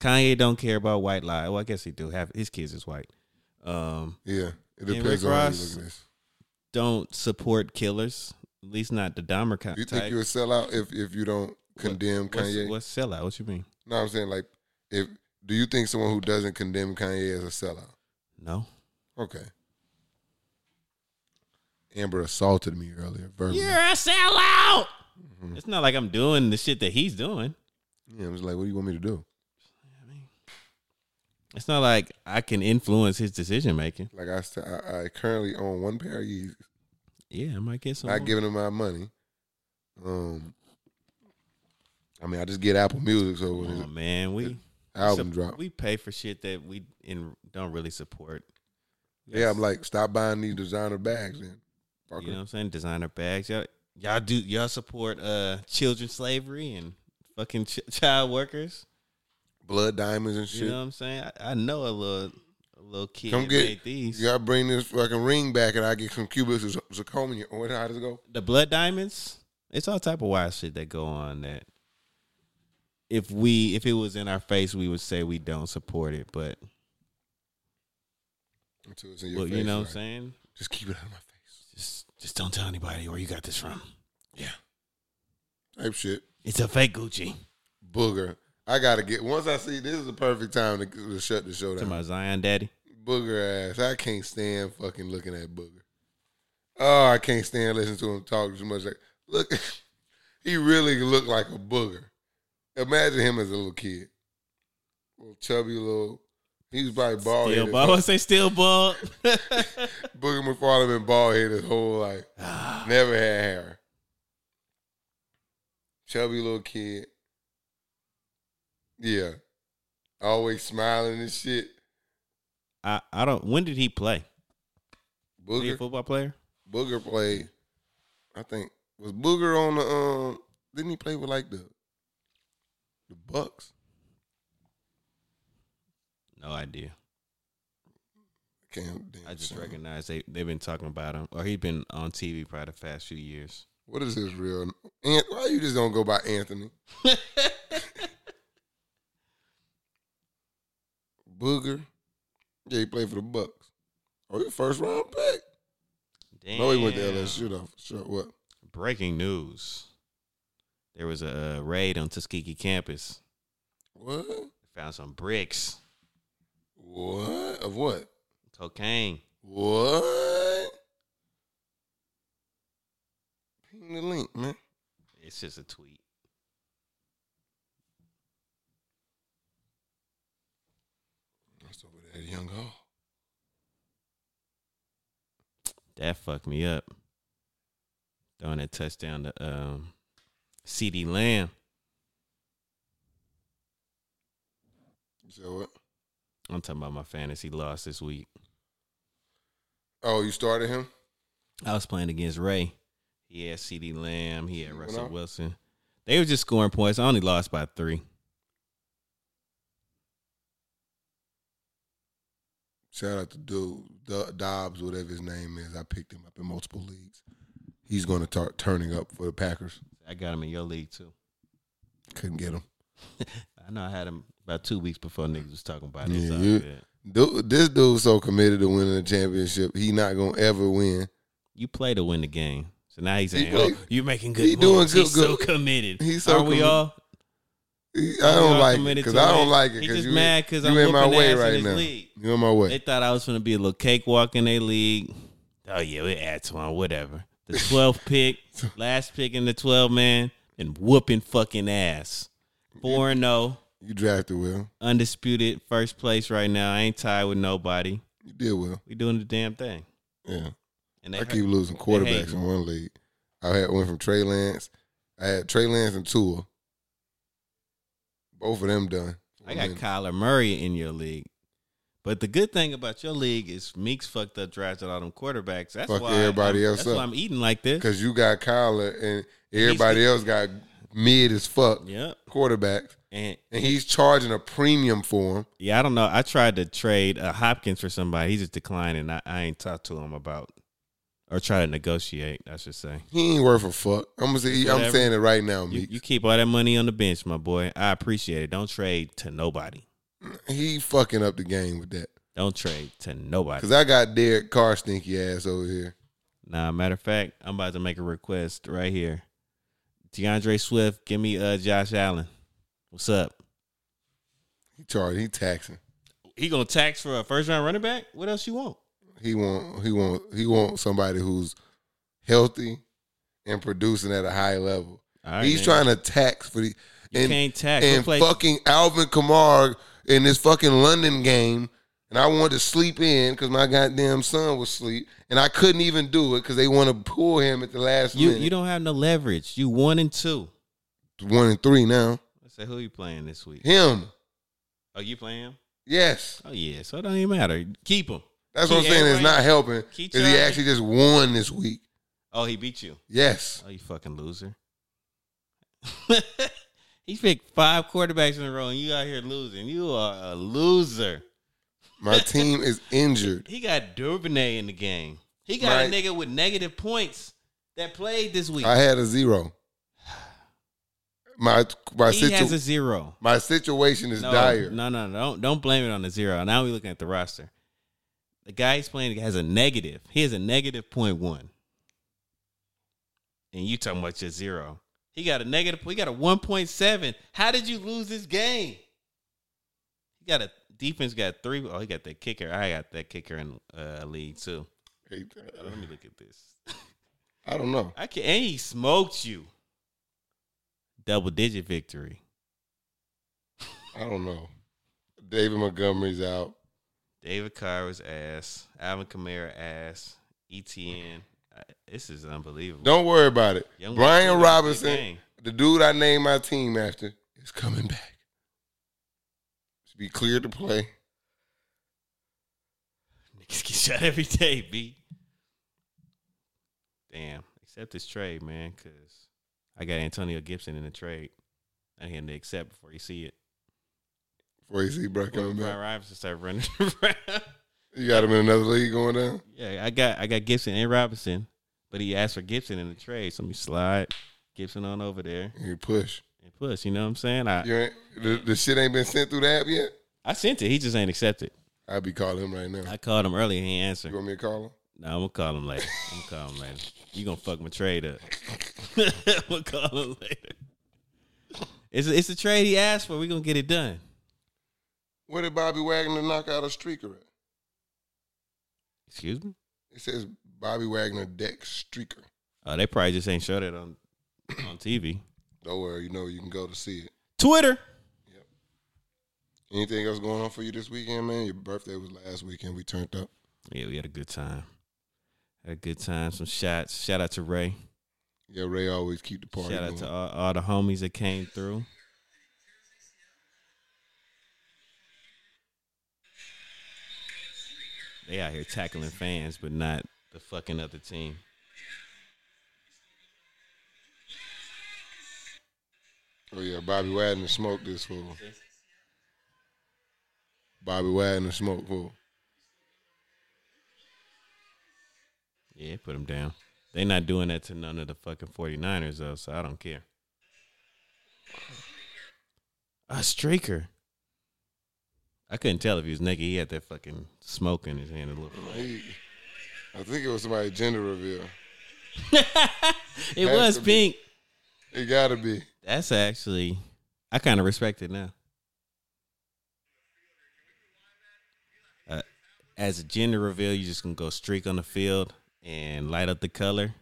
[SPEAKER 2] Kanye don't care about white lie. Well, I guess he do. Have his kids is white. Um,
[SPEAKER 1] Yeah, it
[SPEAKER 2] Rick
[SPEAKER 1] depends on how you
[SPEAKER 2] Ross,
[SPEAKER 1] look at this.
[SPEAKER 2] don't support killers. At least not the Dahmer kind.
[SPEAKER 1] You
[SPEAKER 2] type.
[SPEAKER 1] think you're a sellout if if you don't condemn
[SPEAKER 2] what's,
[SPEAKER 1] Kanye?
[SPEAKER 2] what's sellout? What you mean?
[SPEAKER 1] No, I'm saying like if do you think someone who doesn't condemn Kanye is a sellout?
[SPEAKER 2] No.
[SPEAKER 1] Okay. Amber assaulted me earlier. Verbally.
[SPEAKER 2] You're a sellout.
[SPEAKER 1] Mm-hmm.
[SPEAKER 2] It's not like I'm doing the shit that he's doing.
[SPEAKER 1] Yeah, I was like, what do you want me to do?
[SPEAKER 2] It's not like I can influence his decision making.
[SPEAKER 1] Like I, st- I, I currently own one pair of Yeezys.
[SPEAKER 2] Yeah, I might get some.
[SPEAKER 1] Not
[SPEAKER 2] more.
[SPEAKER 1] giving them my money. Um, I mean, I just get Apple Music, so when
[SPEAKER 2] Come
[SPEAKER 1] his
[SPEAKER 2] on, man. We
[SPEAKER 1] album
[SPEAKER 2] sup-
[SPEAKER 1] drop,
[SPEAKER 2] Um, We pay for shit that we in, don't really support.
[SPEAKER 1] yeah, I'm like, stop buying these designer bags, then. Fucker.
[SPEAKER 2] you know what I'm saying? Designer bags. Y'all, y'all do y'all support uh children slavery and fucking ch- child workers.
[SPEAKER 1] Blood diamonds and
[SPEAKER 2] You
[SPEAKER 1] shit.
[SPEAKER 2] know what I'm saying? I, I know a little a little kid
[SPEAKER 1] Come get-
[SPEAKER 2] made these.
[SPEAKER 1] Y'all bring this fucking ring back, and I get some cubits of zir- zirconia. Or how does it go?
[SPEAKER 2] the blood diamonds. It's all type of wild shit that go on that. If we, if it was in our face, we would say we don't support it. But
[SPEAKER 1] Until it's in your
[SPEAKER 2] well, you
[SPEAKER 1] face,
[SPEAKER 2] know what
[SPEAKER 1] right?
[SPEAKER 2] I'm saying.
[SPEAKER 1] Just keep it out of my face.
[SPEAKER 2] Just, just don't tell anybody where you got this from.
[SPEAKER 1] Type shit.
[SPEAKER 2] It's a fake Gucci.
[SPEAKER 1] Booger. I gotta get once I see this is the perfect time to, to shut the show
[SPEAKER 2] To
[SPEAKER 1] down.
[SPEAKER 2] my Zion daddy.
[SPEAKER 1] Booger ass. I can't stand fucking looking at Booger. Oh, I can't stand listening to him talk too much. Like, look, <laughs> he really looked like a booger. Imagine him as a little kid, little chubby little. He was probably bald
[SPEAKER 2] Still
[SPEAKER 1] headed.
[SPEAKER 2] bald. I say still bald.
[SPEAKER 1] <laughs>
[SPEAKER 2] <laughs>
[SPEAKER 1] Booger McFarlane been bald head his whole life. Never had hair. Chubby little kid. Yeah. Always smiling and shit.
[SPEAKER 2] I, I don't. When did he play? Was he a
[SPEAKER 1] Booger.
[SPEAKER 2] football player?
[SPEAKER 1] Booger played. I think was Booger on the um didn't he play with like the the Bucks?
[SPEAKER 2] No idea.
[SPEAKER 1] Can't damn
[SPEAKER 2] I just
[SPEAKER 1] sure.
[SPEAKER 2] recognize they they've been talking about him, or he's been on TV probably the past few years.
[SPEAKER 1] What is his real Ant, why you just don't go by Anthony? Booger. Yeah, he played for the Bucks. Oh, he a first round pick.
[SPEAKER 2] Damn.
[SPEAKER 1] No, he went to LSU though. for Sure, what?
[SPEAKER 2] Breaking news. There was a uh, raid on Tuskegee campus.
[SPEAKER 1] What?
[SPEAKER 2] Found some bricks,
[SPEAKER 1] What? Of what?
[SPEAKER 2] cocaine.
[SPEAKER 1] What? Ping the link, man.
[SPEAKER 2] It's just a tweet.
[SPEAKER 1] That's over there, young ho.
[SPEAKER 2] That fucked me up. Throwing that touchdown to um, CD Lamb
[SPEAKER 1] You said what?
[SPEAKER 2] Lamb. I'm talking about my fantasy loss this week.
[SPEAKER 1] Oh, you started him?
[SPEAKER 2] I was playing against Ray. He had CD Lamb. He had
[SPEAKER 1] Went
[SPEAKER 2] Russell
[SPEAKER 1] off?
[SPEAKER 2] Wilson. They were just scoring points. I only lost by three.
[SPEAKER 1] Shout out to dude Do- Dobbs, whatever his name is. I picked him up in multiple leagues. He's going to start turning up for the Packers.
[SPEAKER 2] I got him in your league too.
[SPEAKER 1] Couldn't get him.
[SPEAKER 2] I know I had him about two weeks before niggas was talking about
[SPEAKER 1] Yeah,
[SPEAKER 2] this.
[SPEAKER 1] you- Dude, this dude's so committed to winning the championship. He not going to ever win.
[SPEAKER 2] You play to win the game. So now he's
[SPEAKER 1] He
[SPEAKER 2] saying,
[SPEAKER 1] play-
[SPEAKER 2] "Oh, you're making good
[SPEAKER 1] he doing
[SPEAKER 2] moves.
[SPEAKER 1] good-
[SPEAKER 2] he's
[SPEAKER 1] good.
[SPEAKER 2] so committed.
[SPEAKER 1] He's so
[SPEAKER 2] Are we
[SPEAKER 1] committed.
[SPEAKER 2] all?
[SPEAKER 1] He- I
[SPEAKER 2] Are we
[SPEAKER 1] don't
[SPEAKER 2] all
[SPEAKER 1] like it
[SPEAKER 2] committed
[SPEAKER 1] because
[SPEAKER 2] to
[SPEAKER 1] I
[SPEAKER 2] win?
[SPEAKER 1] don't like it
[SPEAKER 2] He
[SPEAKER 1] because
[SPEAKER 2] just
[SPEAKER 1] you,
[SPEAKER 2] mad 'cause
[SPEAKER 1] you
[SPEAKER 2] I'm
[SPEAKER 1] in my
[SPEAKER 2] whooping
[SPEAKER 1] way
[SPEAKER 2] ass in
[SPEAKER 1] right
[SPEAKER 2] his
[SPEAKER 1] now.
[SPEAKER 2] league.
[SPEAKER 1] You in my way.
[SPEAKER 2] They thought I was going to be a little cakewalk in their league. Oh yeah, we add to one, whatever.
[SPEAKER 1] <laughs>
[SPEAKER 2] The 12th pick, last pick in the 12 man, and whooping fucking ass. Four and zero.
[SPEAKER 1] You drafted well.
[SPEAKER 2] Undisputed first place right now. I ain't tied with nobody.
[SPEAKER 1] You did well.
[SPEAKER 2] We doing the damn thing.
[SPEAKER 1] Yeah.
[SPEAKER 2] And they
[SPEAKER 1] I
[SPEAKER 2] hurt.
[SPEAKER 1] keep losing quarterbacks
[SPEAKER 2] hate
[SPEAKER 1] in one league. I had one from Trey Lance. I had Trey Lance and Tua. Both of them done.
[SPEAKER 2] I got Kyler Murray in your league. But the good thing about your league is Meeks fucked up drafted all them quarterbacks. That's
[SPEAKER 1] Fuck
[SPEAKER 2] why
[SPEAKER 1] everybody
[SPEAKER 2] I'm-
[SPEAKER 1] else
[SPEAKER 2] That's
[SPEAKER 1] up.
[SPEAKER 2] why I'm eating like this.
[SPEAKER 1] because you got Kyler and everybody else got mid as fuck
[SPEAKER 2] Yep.
[SPEAKER 1] quarterbacks,
[SPEAKER 2] And
[SPEAKER 1] and he's charging a premium for him.
[SPEAKER 2] yeah, I don't know. I tried to trade uh, Hopkins for somebody. He just declined, and I, I ain't talked to him about or try to negotiate. I should say.
[SPEAKER 1] He ain't worth a fuck. I'm gonna say, I'm
[SPEAKER 2] Whatever.
[SPEAKER 1] saying it right now,
[SPEAKER 2] You,
[SPEAKER 1] Meek.
[SPEAKER 2] you keep all that money on the bench, my boy. I appreciate it. Don't trade to nobody.
[SPEAKER 1] He fucking up the game with that.
[SPEAKER 2] Don't trade to nobody.
[SPEAKER 1] Cause I got Derek Carr stinky ass over here.
[SPEAKER 2] Nah, matter of fact, I'm about to make a request right here. DeAndre Swift, give me uh Josh Allen. What's up?
[SPEAKER 1] He charging. He taxing.
[SPEAKER 2] He gonna tax for a first round running back? What else you want?
[SPEAKER 1] He want. He want. He want somebody who's healthy and producing at a high level.
[SPEAKER 2] All right,
[SPEAKER 1] He's
[SPEAKER 2] nigga.
[SPEAKER 1] trying to tax for the
[SPEAKER 2] You
[SPEAKER 1] and
[SPEAKER 2] can't tax. We'll
[SPEAKER 1] and
[SPEAKER 2] play-
[SPEAKER 1] fucking Alvin Kamara in this fucking London game. And I wanted to sleep in because my goddamn son was asleep, and I couldn't even do it because they want to pull him at the last
[SPEAKER 2] you
[SPEAKER 1] minute.
[SPEAKER 2] you don't have no leverage. You one and two.
[SPEAKER 1] One and three now.
[SPEAKER 2] Let's say who you playing this week?
[SPEAKER 1] Him,
[SPEAKER 2] Oh, you playing him?
[SPEAKER 1] yes.
[SPEAKER 2] Oh yeah, so it don't even matter. Keep him.
[SPEAKER 1] That's what I'm
[SPEAKER 2] Key
[SPEAKER 1] saying. It's
[SPEAKER 2] Abraham.
[SPEAKER 1] not helping.
[SPEAKER 2] Key
[SPEAKER 1] Is he
[SPEAKER 2] Charlie.
[SPEAKER 1] actually just won this week?
[SPEAKER 2] Oh, he beat you.
[SPEAKER 1] Yes.
[SPEAKER 2] Oh, you fucking loser. <laughs> he picked five quarterbacks in a row, and you out here losing. You are a loser. <laughs>
[SPEAKER 1] My team is injured.
[SPEAKER 2] He got Duvernay in the game. He got
[SPEAKER 1] Right.
[SPEAKER 2] a nigga with negative points that played this week.
[SPEAKER 1] I had a zero. My my
[SPEAKER 2] he has
[SPEAKER 1] situ-
[SPEAKER 2] a zero.
[SPEAKER 1] my situation is
[SPEAKER 2] no,
[SPEAKER 1] dire.
[SPEAKER 2] No, no, no. Don't, don't blame it on the zero. Now we're looking at the roster. The guy he's playing has a negative. He has a negative point one. And you talking about your zero. He got a negative. We got a 1.7. How did you lose this game? He got a defense got three. Oh, he got that kicker. I got that kicker in uh, league too. Let me look at this.
[SPEAKER 1] I don't know.
[SPEAKER 2] I can and he smoked you. Double digit victory.
[SPEAKER 1] I don't know. David Montgomery's out.
[SPEAKER 2] David Carr was ass. Alvin Kamara ass. ETN. I, this is unbelievable.
[SPEAKER 1] Don't worry about it.
[SPEAKER 2] Young
[SPEAKER 1] Brian
[SPEAKER 2] Buck's doing
[SPEAKER 1] Robinson,
[SPEAKER 2] good
[SPEAKER 1] the dude I named my team after, is coming back. Should be cleared to play.
[SPEAKER 2] game. <laughs> Niggas get shot every day, B. Damn. Accept this trade, man, because I got Antonio Gibson in the trade. I need him to accept before you see it.
[SPEAKER 1] Before you see Bro coming
[SPEAKER 2] Brian
[SPEAKER 1] back.
[SPEAKER 2] Robinson start running <laughs> around.
[SPEAKER 1] You got him in another league going down?
[SPEAKER 2] Yeah, I got I got Gibson and Robinson, but he asked for Gibson in the trade. So let me slide Gibson on over there
[SPEAKER 1] You push.
[SPEAKER 2] and push. You know what I'm saying? I
[SPEAKER 1] You ain't, the, the shit ain't been sent through the app yet?
[SPEAKER 2] I sent it. He just ain't accepted.
[SPEAKER 1] I'd be calling him right now.
[SPEAKER 2] I called him earlier. He ain't
[SPEAKER 1] You
[SPEAKER 2] answered.
[SPEAKER 1] want me to call
[SPEAKER 2] <laughs>
[SPEAKER 1] him?
[SPEAKER 2] No, I'm gonna call him later. I'm gonna call him later. You gonna fuck my trade up? <laughs> I'm gonna call him later. It's a, it's the trade he asked for. We gonna get it done.
[SPEAKER 1] Where did Bobby Wagner knock out a streaker at?
[SPEAKER 2] Excuse me.
[SPEAKER 1] It says Bobby Wagner deck streaker.
[SPEAKER 2] Oh, they probably just ain't showed it on on TV.
[SPEAKER 1] Don't worry, you know you can go to see it.
[SPEAKER 2] Twitter.
[SPEAKER 1] Anything else going on for you this weekend, man? Your birthday was last weekend. We turned up.
[SPEAKER 2] Yeah, we had a good time. Had a good time. Some shots. Shout out to Ray.
[SPEAKER 1] Yeah, Ray always keep the party
[SPEAKER 2] Shout out
[SPEAKER 1] going.
[SPEAKER 2] to all, all the homies that came through. They out here tackling fans, but not the fucking other team.
[SPEAKER 1] Oh yeah, Bobby Wagner smoked this fool. Bobby Wagner smoked fool.
[SPEAKER 2] Yeah, put them down. They not doing that to none of the fucking 49ers, though, so I don't care. A streaker. I couldn't tell if he was naked. He had that fucking smoke in his hand. It looked
[SPEAKER 1] He, I think it was somebody gender reveal.
[SPEAKER 2] it
[SPEAKER 1] Has
[SPEAKER 2] was
[SPEAKER 1] to be.
[SPEAKER 2] pink.
[SPEAKER 1] It gotta be.
[SPEAKER 2] That's actually, I kind of respect it now. Uh, as a gender reveal, you just can go streak on the field and light up the color.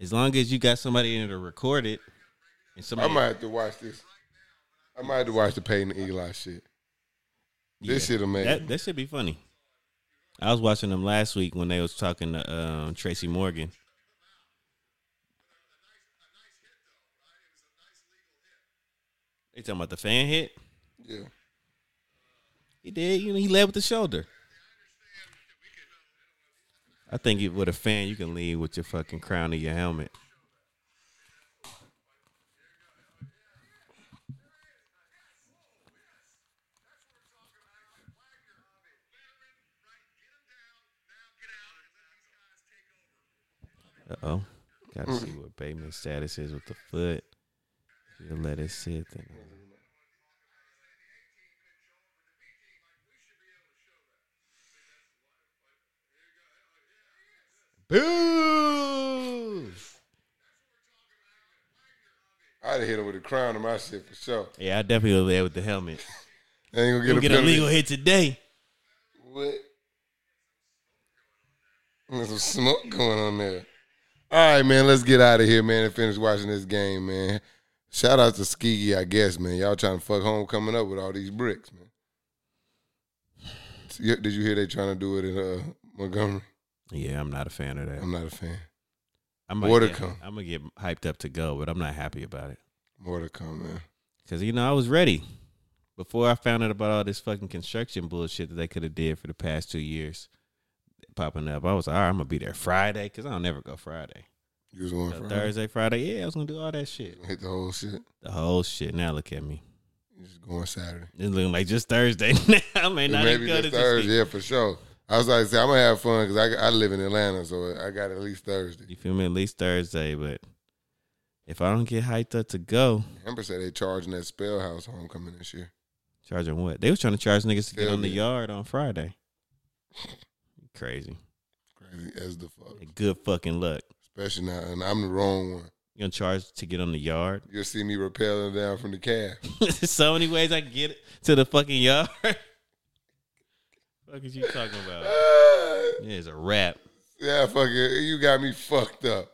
[SPEAKER 2] As long as you got somebody in it to record it,
[SPEAKER 1] I
[SPEAKER 2] and somebody
[SPEAKER 1] might have to watch this. I might have to watch the Peyton Eli shit. This shit amazing.
[SPEAKER 2] That that should be funny. I was watching them last week when they was talking to um, Tracy Morgan. They talking about the fan hit.
[SPEAKER 1] yeah.
[SPEAKER 2] He did. You know, he led with the shoulder. I think it- with a fan, you can lead with your fucking crown of your helmet. Uh oh. Gotta
[SPEAKER 1] Mm.
[SPEAKER 2] see what Bateman's status is with the foot. If you let it sit, then. Boo!
[SPEAKER 1] I'd have hit him with a crown on my shit for sure.
[SPEAKER 2] Yeah, I definitely was there with the helmet.
[SPEAKER 1] I ain't gonna get
[SPEAKER 2] We'll
[SPEAKER 1] a
[SPEAKER 2] get a
[SPEAKER 1] penalty.
[SPEAKER 2] legal hit today.
[SPEAKER 1] What? There's some smoke going on there. All right, man. Let's get out of here, man, and finish watching this game, man. Shout out to Skeegee, I guess, man. Y'all trying to fuck home coming up with all these bricks, man. Yeah, Did you hear they trying to do it in uh, Montgomery?
[SPEAKER 2] Yeah, I'm not a fan of that.
[SPEAKER 1] I'm not a fan.
[SPEAKER 2] I'm
[SPEAKER 1] More to
[SPEAKER 2] get,
[SPEAKER 1] come.
[SPEAKER 2] I'm gonna get hyped up to go, but I'm not happy about it
[SPEAKER 1] More to come, man.
[SPEAKER 2] because you know I was ready before I found out about all this fucking construction bullshit that they could have did for the past two years popping up. I was like, all right, I'm gonna be there Friday because I don't never go Friday.
[SPEAKER 1] You was going
[SPEAKER 2] So
[SPEAKER 1] for
[SPEAKER 2] Thursday, Friday, yeah, I was gonna do all that shit,
[SPEAKER 1] Hit the whole shit.
[SPEAKER 2] the whole shit. Now look at me.
[SPEAKER 1] You just going Saturday.
[SPEAKER 2] It's looking like just Thursday <laughs> now. I may not
[SPEAKER 1] Maybe
[SPEAKER 2] even go
[SPEAKER 1] just
[SPEAKER 2] to this
[SPEAKER 1] Thursday,
[SPEAKER 2] week.
[SPEAKER 1] yeah, for sure. I was like, say, I'm gonna have fun because I, I live in Atlanta, so I got at least Thursday.
[SPEAKER 2] You feel me? At least Thursday, but if I don't get hyped up to go,
[SPEAKER 1] Amber said they charging that Spell House homecoming this year.
[SPEAKER 2] Charging what? They was trying to charge niggas to get
[SPEAKER 1] Hell
[SPEAKER 2] on the
[SPEAKER 1] yeah.
[SPEAKER 2] yard on Friday. Crazy.
[SPEAKER 1] Crazy as the fuck.
[SPEAKER 2] Good fucking luck.
[SPEAKER 1] Especially now, and I'm the wrong one.
[SPEAKER 2] You gonna charge to get on the yard? <laughs>
[SPEAKER 1] You'll see me rappelling down from the cab. <laughs>
[SPEAKER 2] There's so many ways I can get to the fucking yard. <laughs> fuck is you talking about? Yeah, it's a wrap.
[SPEAKER 1] yeah, fuck it. You got me fucked up.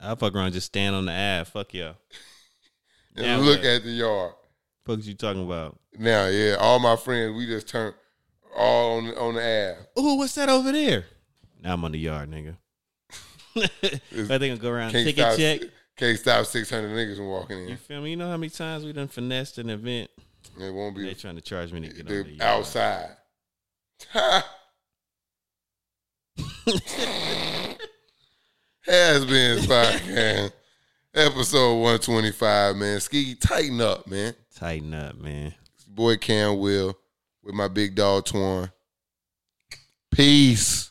[SPEAKER 2] I'll fuck around and just stand on the ad. Fuck y'all.
[SPEAKER 1] And
[SPEAKER 2] Now
[SPEAKER 1] look
[SPEAKER 2] what?
[SPEAKER 1] at the yard.
[SPEAKER 2] Fuck is you talking about?
[SPEAKER 1] Now, yeah, all my friends, we just turned all on on the app.
[SPEAKER 2] Ooh, what's that over there? Now I'm on the yard, nigga. <laughs> I think I'll go around
[SPEAKER 1] Can't
[SPEAKER 2] ticket
[SPEAKER 1] stop,
[SPEAKER 2] check.
[SPEAKER 1] can't stop 600 niggas from walking in.
[SPEAKER 2] You feel me? You know how many times we done finessed an event?
[SPEAKER 1] It won't be
[SPEAKER 2] They trying to charge me to get on
[SPEAKER 1] They're
[SPEAKER 2] the uh, yard.
[SPEAKER 1] outside. <laughs> Has been podcast episode one twenty five. Man, Ski, tighten up, man.
[SPEAKER 2] Tighten up, man.
[SPEAKER 1] It's your boy Cam Will with my big dog Twan. Peace.